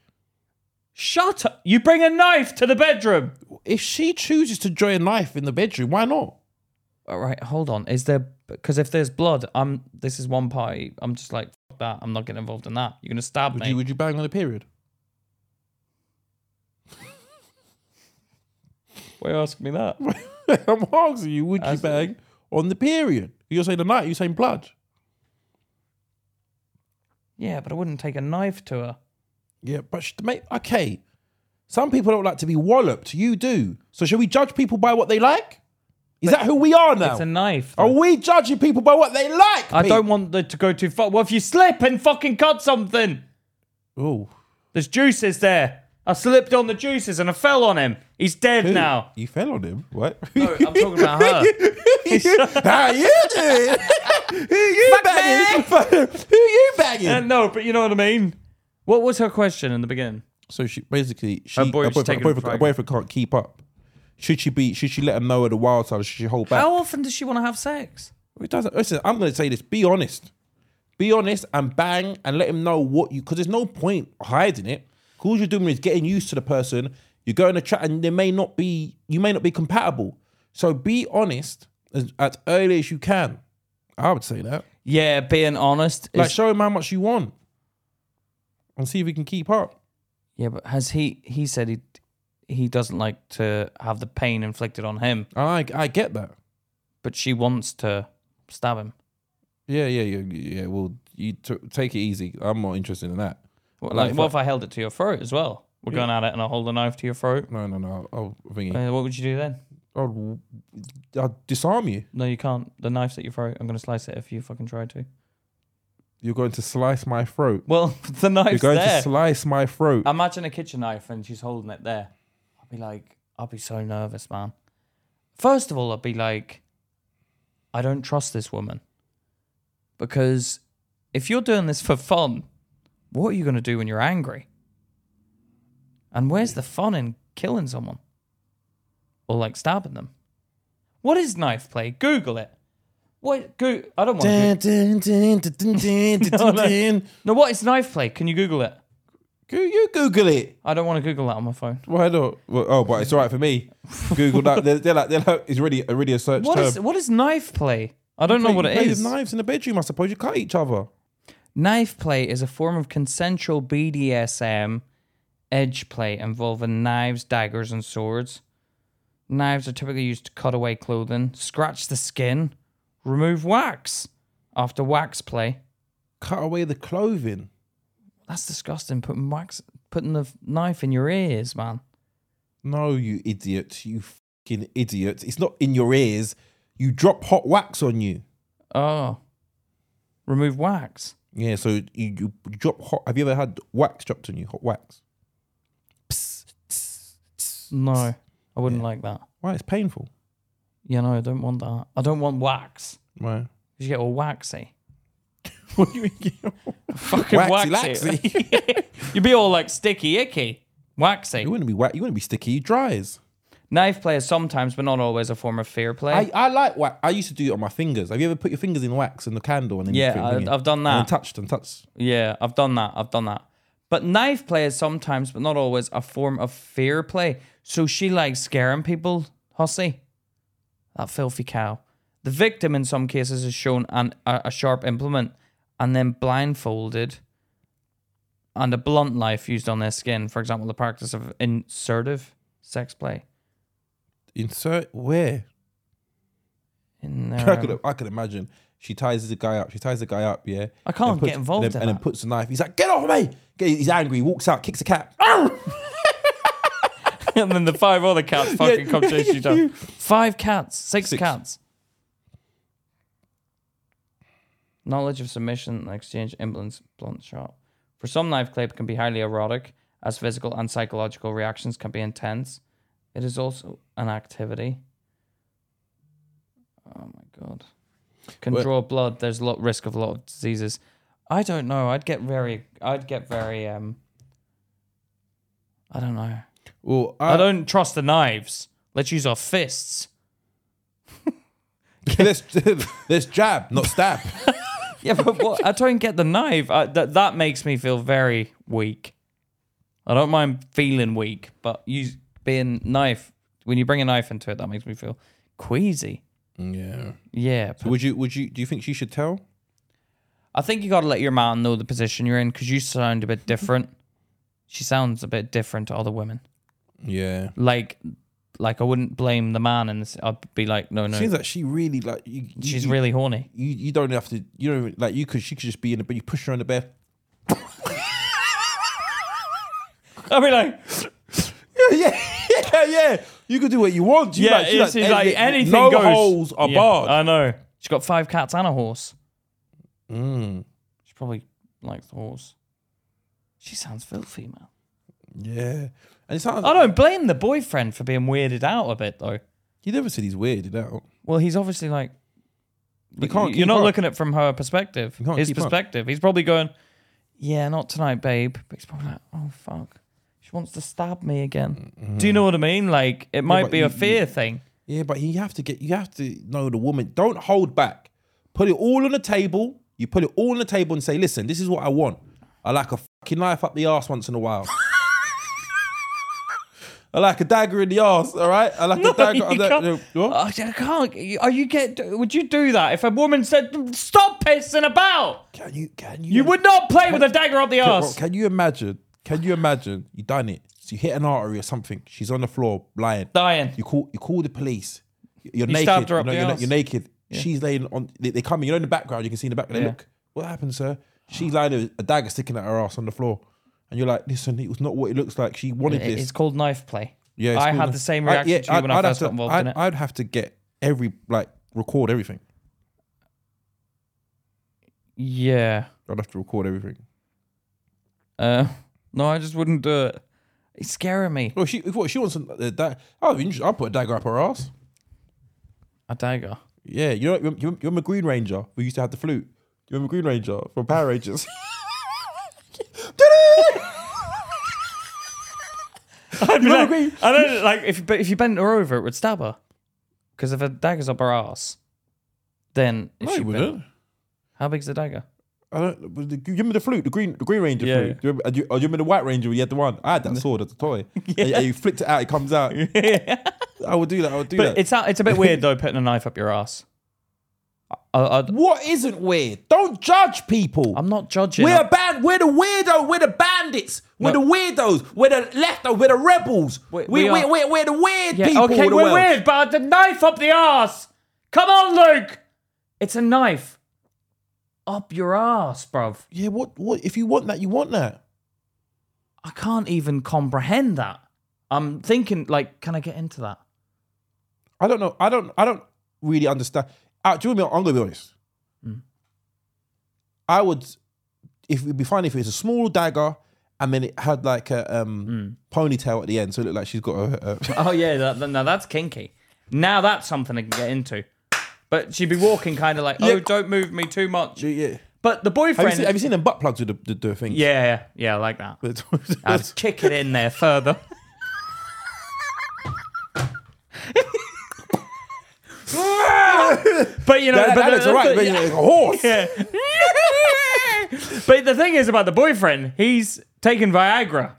Shut up! You bring a knife to the bedroom. If she chooses to draw a knife in the bedroom, why not? All right, hold on. Is there because if there's blood, I'm this is one party. I'm just like F that. I'm not getting involved in that. You're gonna stab Would me. you would you bang on the period? [LAUGHS] Why you ask me that? I'm asking you, would you That's- bang on the period? You're saying the night, you're saying blood. Yeah, but I wouldn't take a knife to her. Yeah, but sh- mate, okay. Some people don't like to be walloped. You do. So should we judge people by what they like? Is that who we are now? It's a knife. are we judging people by what they like? I don't want that to go too far. Well, if you slip and fucking cut something, Oh, there's juices there. I slipped on the juices and I fell on him. He's dead now. you fell on him. What? No, I'm talking [LAUGHS] about her. How you doing? who you banging? who you banging? Uh, no, but you know what I mean. What was her question in the beginning? So she basically she, her boy was boyfriend, taken her boyfriend- for her boyfriend can't keep up. Should she be? Should she let him know at the wild side? Or should she hold back? How often does she want to have sex? It doesn't. Listen, I'm going to say this. Be honest. Be honest and bang and let him know what you. Because there's no point hiding it. 'Cause All you're doing is getting used to the person. You're going to chat, and they may not be. You may not be compatible. So be honest as, as early as you can. I would say that. Yeah, being honest Like is show him how much you want, and see if he can keep up. Yeah, but has he? He said he he doesn't like to have the pain inflicted on him, And I I get that. but she wants to stab him. Yeah, yeah, yeah, yeah. Well, you t- take it easy. I'm not interested in that. What, Like, like, what if I held it to your throat as well? We're going at it, and I hold a knife to your throat. No, no, no. I'll, I'll, think Uh, what would you do then? I'll, I'll disarm you. No, you can't. The knife's at your throat. I'm going to slice it if you fucking try to. You're going to slice my throat. Well, [LAUGHS] the You're knife's going there. to slice my throat. Imagine a kitchen knife and she's holding it there. I'd be like, I'd be so nervous, man. First of all, I'd be like, I don't trust this woman. Because if you're doing this for fun, what are you going to do when you're angry? And where's the fun in killing someone? Or like stabbing them? What is knife play? Google it. What? Go- I don't want to. Dun, dun, dun, dun, dun, dun, [LAUGHS] dun, No, no. dun. No, what is knife play? Can you Google it? Go- You Google it. I don't want to Google that on my phone. Why not? Well, oh, but it's all right for [LAUGHS] me. Google that. They're, they're like, they're like, it's really, really a search What term. is what is knife play? I don't know what You it play with is. Knives in the bedroom, I suppose. You cut each other. Knife play is a form of consensual BDSM edge play involving knives, daggers, and swords. Knives are typically used to cut away clothing, scratch the skin, remove wax. After wax play, Cut away the clothing. that's disgusting. Putting wax, putting the knife in your ears, man. No, you idiot. You fucking idiot. It's not in your ears. You drop hot wax on you. Oh, remove wax. Yeah, so you, you drop hot. Have you ever had wax dropped on you? Hot wax. No, I wouldn't like that. Why? It's painful. You know, I don't want that. I don't want wax. Why? You get all waxy. [LAUGHS] what do you mean? fucking Waxy waxy. laxy. You'd be all like sticky [LAUGHS] icky. you Waxy. wouldn't be wax. You wouldn't be sticky. You dries. Knife play is sometimes, but not always, a form of fear play. I, I like wax. I used to do it on my fingers. Have you ever put your fingers in wax and the candle and then you Yeah, put it I- in it? I've done that. And then touched and touched. yeah, I've done that. I've done that. But knife play is sometimes, but not always, a form of fear play. So she likes scaring people, hussy. That filthy cow. The victim, in some cases, is shown an, a, a sharp implement and then blindfolded and a blunt knife used on their skin. For example, the practice of insertive sex play. Insert where? In I their, could I could imagine. She ties the guy up. She ties the guy up. Yeah. I can't And puts- get involved And, then- and in then that. puts a knife. He's like, "Get off me!" Get- He's angry. He walks out. Kicks a cat. Ah! [LAUGHS] and then the five other cats fucking Yeah. come chase you down. Five cats, six, Six. cats. Knowledge of submission and exchange implements blunt sharp. For some, knife play can be highly erotic, as physical and psychological reactions can be intense. It is also an activity. Oh my god! can But- draw blood. There's a lot risk of a lot of diseases. I don't know. I'd get very. I'd get very. Um. I don't know. Well, uh, I I, don't trust the knives. Let's use our fists. let's let's [LAUGHS] jab, not stab. [LAUGHS] Yeah, but what, I don't get the knife. I, that that makes me feel very weak. I don't mind feeling weak, but you being knife when you bring a knife into it, that makes me feel queasy. yeah. Yeah, but Would you? Would you? Do you think she should tell? I think you got to let your man know the position you're in because you sound a bit different. she sounds a bit different to other women. Yeah. Like, like I wouldn't blame the man, and I'd be like, no, no, Seems like she really like you. you- she's you, really horny. You, you don't have to. You don't even- like you could. She could just be in the bed. You push her on the bed. [LAUGHS] [LAUGHS] I'd be like, yeah, yeah, yeah. You could do what you want. You yeah, like, you it's, it's like, any- anything no goes. holes are Yeah, barred. I know. She's got five cats and a horse. Mm, She probably likes the horse. She sounds filthy, man. yeah, and it sounds. I don't blame the boyfriend for being weirded out a bit, though. You never said he's weirded out. Well, he's obviously like, You can't. you're keep not up. looking at it from her perspective. You can't His keep up. perspective. He's probably going, yeah, not tonight, babe. But he's probably like, oh fuck, she wants to stab me again. Do you know what I mean? Like, it might but be Mm-hmm. you- a fear thing. Yeah, but you have to get. You have to know the woman. Don't hold back. Put it all on the table. You put it all on the table and say, "Listen, this is what I want. I like a fucking knife up the ass once in a while. I like a dagger in the ass. All right. I like No, a dagger. you I like- can't. What? I can't. Are you get? Would you do that if a woman said, "Stop pissing about"? Can you? Can You would not play with a dagger up the Bro, arse. can you imagine? Can you imagine? You done it. So you hit an artery or something. She's on the floor lying. Dying. You call. You call the police. You're naked. stabbed her up you the know, you're, arse. you're naked. She's laying on. They, they come. in. You know in the background. You can see in the background. They Yeah. Look. What happened, sir? She's lying there with a dagger sticking at her ass on the floor. And you're like, listen, it was not what it looks like. She wanted It- this. It's called knife play. yeah, it's I cool. had the same reaction yeah, to you when i I'd have first to- got involved I'd, in it. I'd have to get every like record everything. yeah. I'd have to record everything. Uh, no, I just wouldn't do it. It's scaring me. Well, she what she wants a uh, dag- I'll be interested- I'll put a dagger up her ass. A dagger. Yeah, you know, you you you remember Green Ranger? We used to have the flute. You remember Green Ranger from Power Rangers? [LAUGHS] I'd be You like, [LAUGHS] agree? I don't like if but if you bent her over, it would stab her. Because if a dagger's up her ass, then if no, she you bent- wouldn't. How big's [LAUGHS] the dagger? I don't. but the- You remember the flute, the green, the Green Ranger Yeah, flute? yeah. Do, you remember, do you- oh, do you remember the White Ranger? where You had the one. I had that sword as a [LAUGHS] toy. and, and you flicked it out, it comes [LAUGHS] out. but I would do that. I would do that. it's a- it's a bit weird though putting a knife up your ass. I, I, I'd- What isn't weird? Don't judge people. I'm not judging. we're a band. We're the weirdo. We're the bandits. We're No. the weirdos. We're the lefto. We're the rebels. We, we we, we, are- are we're the weird Yeah, people. okay, of the we're world. weird, but the knife up the arse. Come on, Luke. It's a knife up your arse, bruv. Yeah, what, what? If you want that, you want that. I can't even comprehend that. I'm thinking, like, can I get into that? I don't know. I don't. I don't really understand. Uh, do you know what I mean? I'm gonna be honest. Hmm. I would. If it'd be fine if it was a small dagger, and then it had like a um, Hmm. ponytail at the end, so it looked like she's got a. a [LAUGHS] Oh yeah, that, that- now that's kinky. Now that's something I can get into. But she'd be walking, kind of like, oh, Yeah. don't move me too much. yeah. But the Have you, boyfriend, seen, have you seen them butt plugs with the, the, the thing? [LAUGHS] yeah, yeah, yeah, I like that. I'd kick it in there further. but you know, that, but that the- looks alright. but yeah. Like a horse. [LAUGHS] but the thing is about the boyfriend, he's taking Viagra,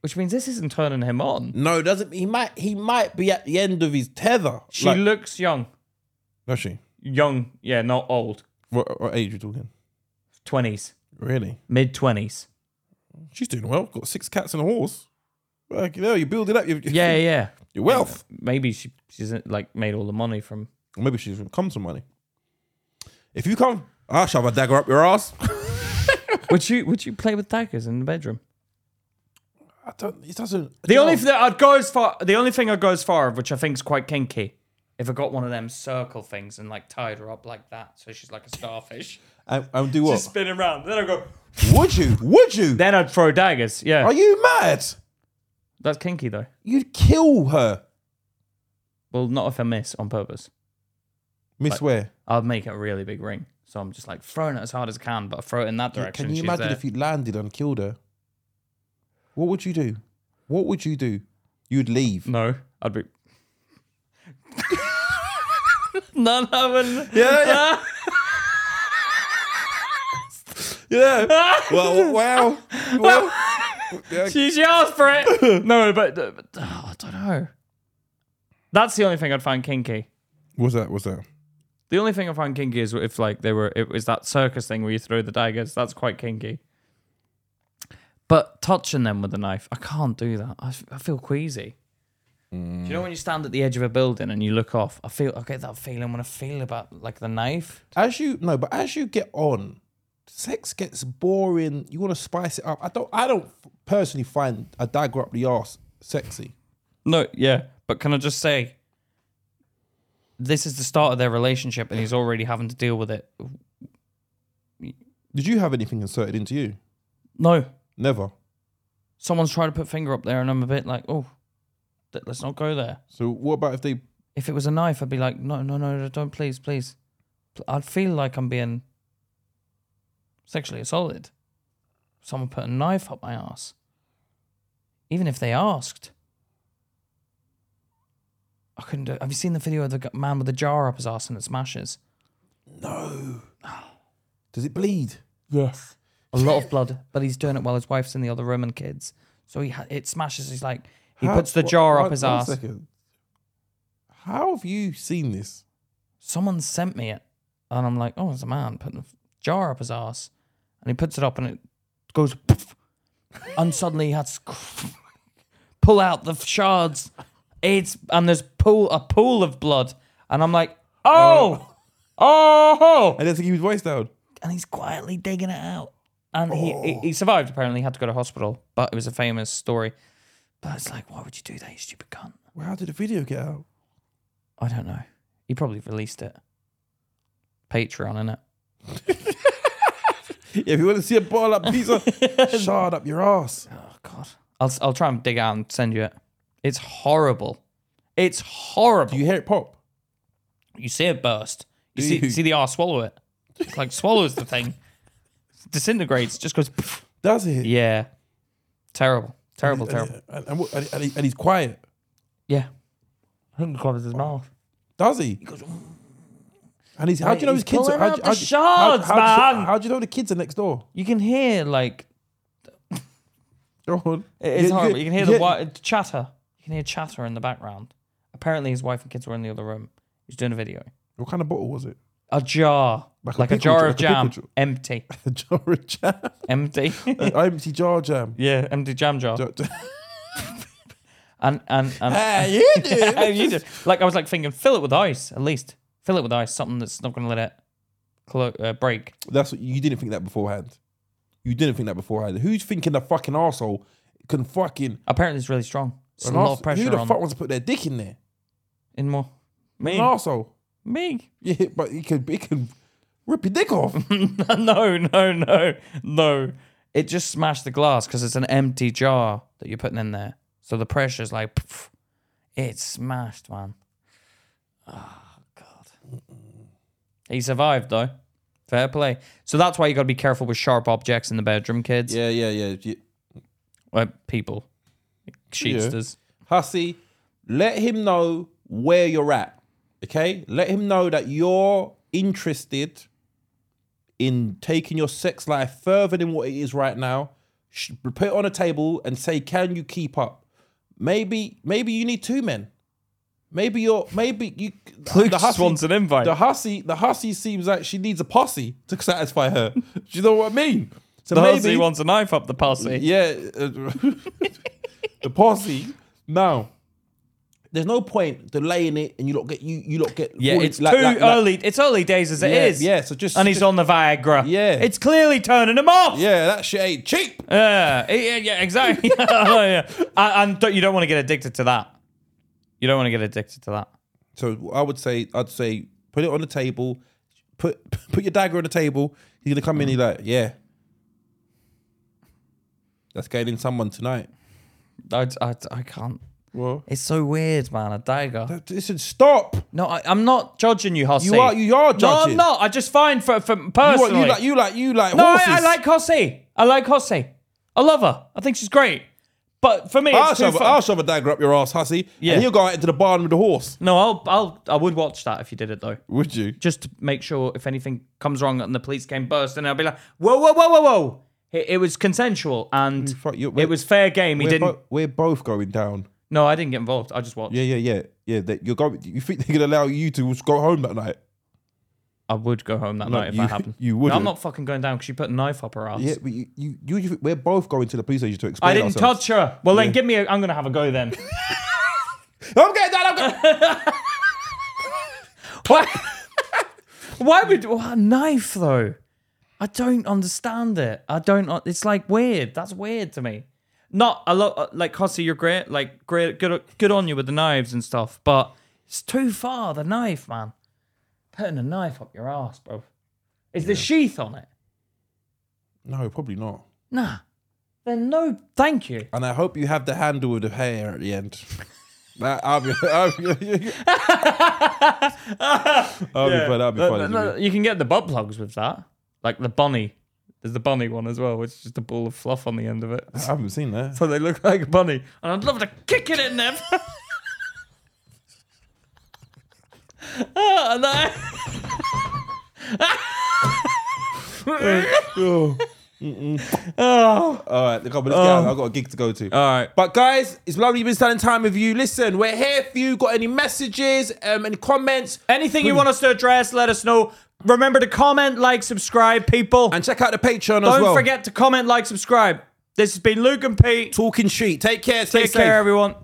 which means this isn't turning him on. No, doesn't he might he might be at the end of his tether. She Like- looks young. no, she. Young, yeah, not old. What, what age are you talking? 20s, Really? mid 20s. She's doing well. Got six cats and a horse. Like, you know, you're building up your, Yeah, yeah. your wealth. Maybe she she's like made all the money from. Or maybe she's come some money. If you come, I'll shove a dagger up your [LAUGHS] ass. Would you would you play with daggers in the bedroom? I don't, it doesn't. The only thing I'd go as far the only thing I'd go as far of, which I think is quite kinky, if I got one of them circle things and like tied her up like that, so she's like a starfish, And, and do what? just spinning around. Then I go. would you? Would you? Then I'd throw daggers. Yeah, Are you mad? that's kinky though. You'd kill her. Well, not if I miss on purpose. Miss Where? I'll make it a really big ring. So I'm just like throwing it as hard as I can, but I throw it in that direction. Can you she's imagine there. if you landed and killed her? What would you do? What would you do? You'd leave. No, I'd be. [LAUGHS] None of them. [LAUGHS] Yeah, yeah. well, [LAUGHS] well, well. She's yours for [LAUGHS] it. No, but, uh, but, uh, I don't know. That's the only thing I'd find kinky. [LAUGHS] What's that? What's that? The only thing I find kinky is if like they were it was that circus thing where you throw the daggers. That's quite kinky. But touching them with a knife, I can't do that. I, f- I feel queasy. Do you know when you stand at the edge of a building and you look off? I feel I get that feeling when I feel about like the knife. As you no, but as you get on, sex gets boring. You want to spice it up. I don't. I don't personally find a dagger up the arse sexy. No, yeah, but can I just say, this is the start of their relationship, and he's already having to deal with it. Did you have anything inserted into you? No, Never. someone's trying to put finger up there, and I'm a bit like, oh, th- let's not go there. So what about if they? if it was a knife, I'd be like, no, no, no, no, don't, please, please. Pl- I'd feel like I'm being sexually assaulted. Someone put a knife up my ass. Even if they asked, I couldn't do it. Have you seen the video of the g- man with the jar up his ass and it smashes? No. Does it bleed? Yes. A [LAUGHS] lot of blood, but he's doing it while his wife's in the other room and kids. So he ha- it smashes. He's like, he How- puts the wha- jar one- up his one ass. second. How have you seen this? someone sent me it. And I'm like, oh, it's a man putting a jar up his ass. And he puts it up and it goes, poof. and suddenly he has to [LAUGHS] pull out the shards. It's, and there's pool a pool of blood. And I'm like, oh, oh. I didn't think he was waist down. And he's quietly digging it out. And he, he, he survived, apparently. He had to go to hospital. But it was a famous story. But it's like, why would you do that, you stupid cunt? Well, how did the video get out? I don't know. He probably released it. Patreon, innit? If you want to see a ball up pizza, [LAUGHS] shard up your ass. Oh God, I'll I'll try and dig out and send you it. It's horrible. It's horrible. Do You, you hear it pop? see it burst. You Do see you? see the R swallow it. It's like swallows the thing, disintegrates. Just goes. pff. Does it? Yeah, terrible, terrible, terrible. And, and, and, what- and, and he- and he's quiet. Yeah, I think it covers his mouth. Does he? And he's, how do you know his "Mm." He's kids pulling how, out do- the how do- shards, how, how, do you- man. how do you know the kids are next door? [LAUGHS] You can hear like Go on. it's Yeah, horrible. You can hear the yeah. wi- chatter. You can hear chatter in the background. Apparently, his wife and kids were in the other room. He's doing a video. What kind of bottle was it? [LAUGHS] A jar, Like like a a, pickle jar jar- of like a pickle jam, jar. empty, A jar of jam. [LAUGHS] empty. An [LAUGHS] empty jar jam. [LAUGHS] Yeah, empty jam jar. [LAUGHS] Jar- jar- And and [LAUGHS] and Ah, you do. [LAUGHS] and you just- like I was like thinking, fill it with ice at least. Fill it with ice, something that's not going to let it clo- uh, break. That's what you didn't think that beforehand. You didn't think that beforehand. Who's thinking the fucking asshole can fucking Apparently, it's really strong. It's an a lot arse- of Who pressure the on fuck wants to put their dick in there? in more. Me, An arsehole. me. [LAUGHS] Yeah, but he can he can rip your dick off. no, no, no, no. It just smashed the glass because it's an empty jar that you're putting in there. So the pressure's like, pff, it's smashed, man. Oh god. He survived though. Fair play. So that's why you got to be careful with sharp objects in the bedroom, [LAUGHS] kids. yeah, yeah, yeah, yeah. Well, people, cheatsters. Hussy, let him know where you're at. Okay? Let him know that you're interested in taking your sex life further than what it is right now. Sh- Put it on a table and say, can you keep up? Maybe, maybe you need two men. Maybe you're maybe you Luke just wants an invite. The hussy, the hussy seems like she needs a posse to satisfy her. Do you know what I mean? So Maybe he wants a knife up the pussy. yeah, uh, [LAUGHS] the posse. Now, there's no point delaying it, and you lot get you you lot get Yeah, bullied it's like- too like- like- early. It's early days as it Yeah, is. yeah, so just- and he's just- on the Viagra. Yeah. it's clearly turning him off. yeah, that shit ain't cheap. Yeah, yeah, yeah, exactly. [LAUGHS] yeah. And, and don't, you don't want to get addicted to that. You don't want to get addicted to that. So I would say I'd say put it on the table, put [LAUGHS] put your dagger on the table. He's gonna come in. He's like, yeah, that's getting in someone tonight. I, I, I can't. Well, It's so weird, man. A dagger. listen, stop. No, I, I'm not judging you, Hossie. You are you are No, judging. I'm not. I just find for, for You, are- personally. you like you like you like no, I, horses. I like Hossie. I like Hossie. I love her. I think she's great. But for me, it's I'll too shove, far. I'll shove a dagger up your ass, hussy. Yeah. And he'll go out into the barn with the horse. No, I'll, I'll, I would watch that if you did it though. Would you? just to make sure if anything comes wrong and the police came burst, and I'll be like, whoa, whoa, whoa, whoa, whoa. It, it was consensual and Mm, fuck, you- it was fair game. He We're, didn't. bo- we're both going down. no, I didn't get involved. I just watched. Yeah, yeah, yeah, yeah. That you're going. You think they're gonna allow you to just go home that night? I would go home that night if you- that happened. you No, wouldn't. I'm not fucking going down because she put a knife up her ass. Yeah, but you, you, you, you- we're both going to the police station to explain. I didn't ourselves. touch her. Well, then give me. A, I'm gonna have a go then. I'm getting down. I'm getting. Why? [LAUGHS] Why would why a knife though? I don't understand it. I don't. un- It's like weird. That's weird to me. Not a lot. uh, Like Hossie, you're great. Like great. Good. Good on you with the knives and stuff. But it's too far. The knife, man. Putting a knife up your ass, bro. Is the sheath on it? [LAUGHS] no, probably not. Nah. Then no. Thank you. And I hope you have the handle with the hair at the end. [LAUGHS] That, I'll be, I'll be, [LAUGHS] I'll be, fun. I'll be Uh, fun. no, you can get the butt plugs with that. Like the bunny. There's the bunny one as well, which is just a ball of fluff on the end of it. I haven't seen [LAUGHS] that. So they look like a bunny. And I'd love to kick it in them. Ah, and I- oh. Ah. All right, look, but let's get out. I've got a gig to go to. All right. But guys, it's lovely been spending time with you. Listen, we're here if you got any messages, um, any comments, Anything you want us to address, let us know. Remember to comment, like, subscribe, people. and check out the Patreon as Don't well. forget to comment, like, subscribe. This has been Luke and Pete. Talking Sheet. Take care. Stay Take safe. care, everyone.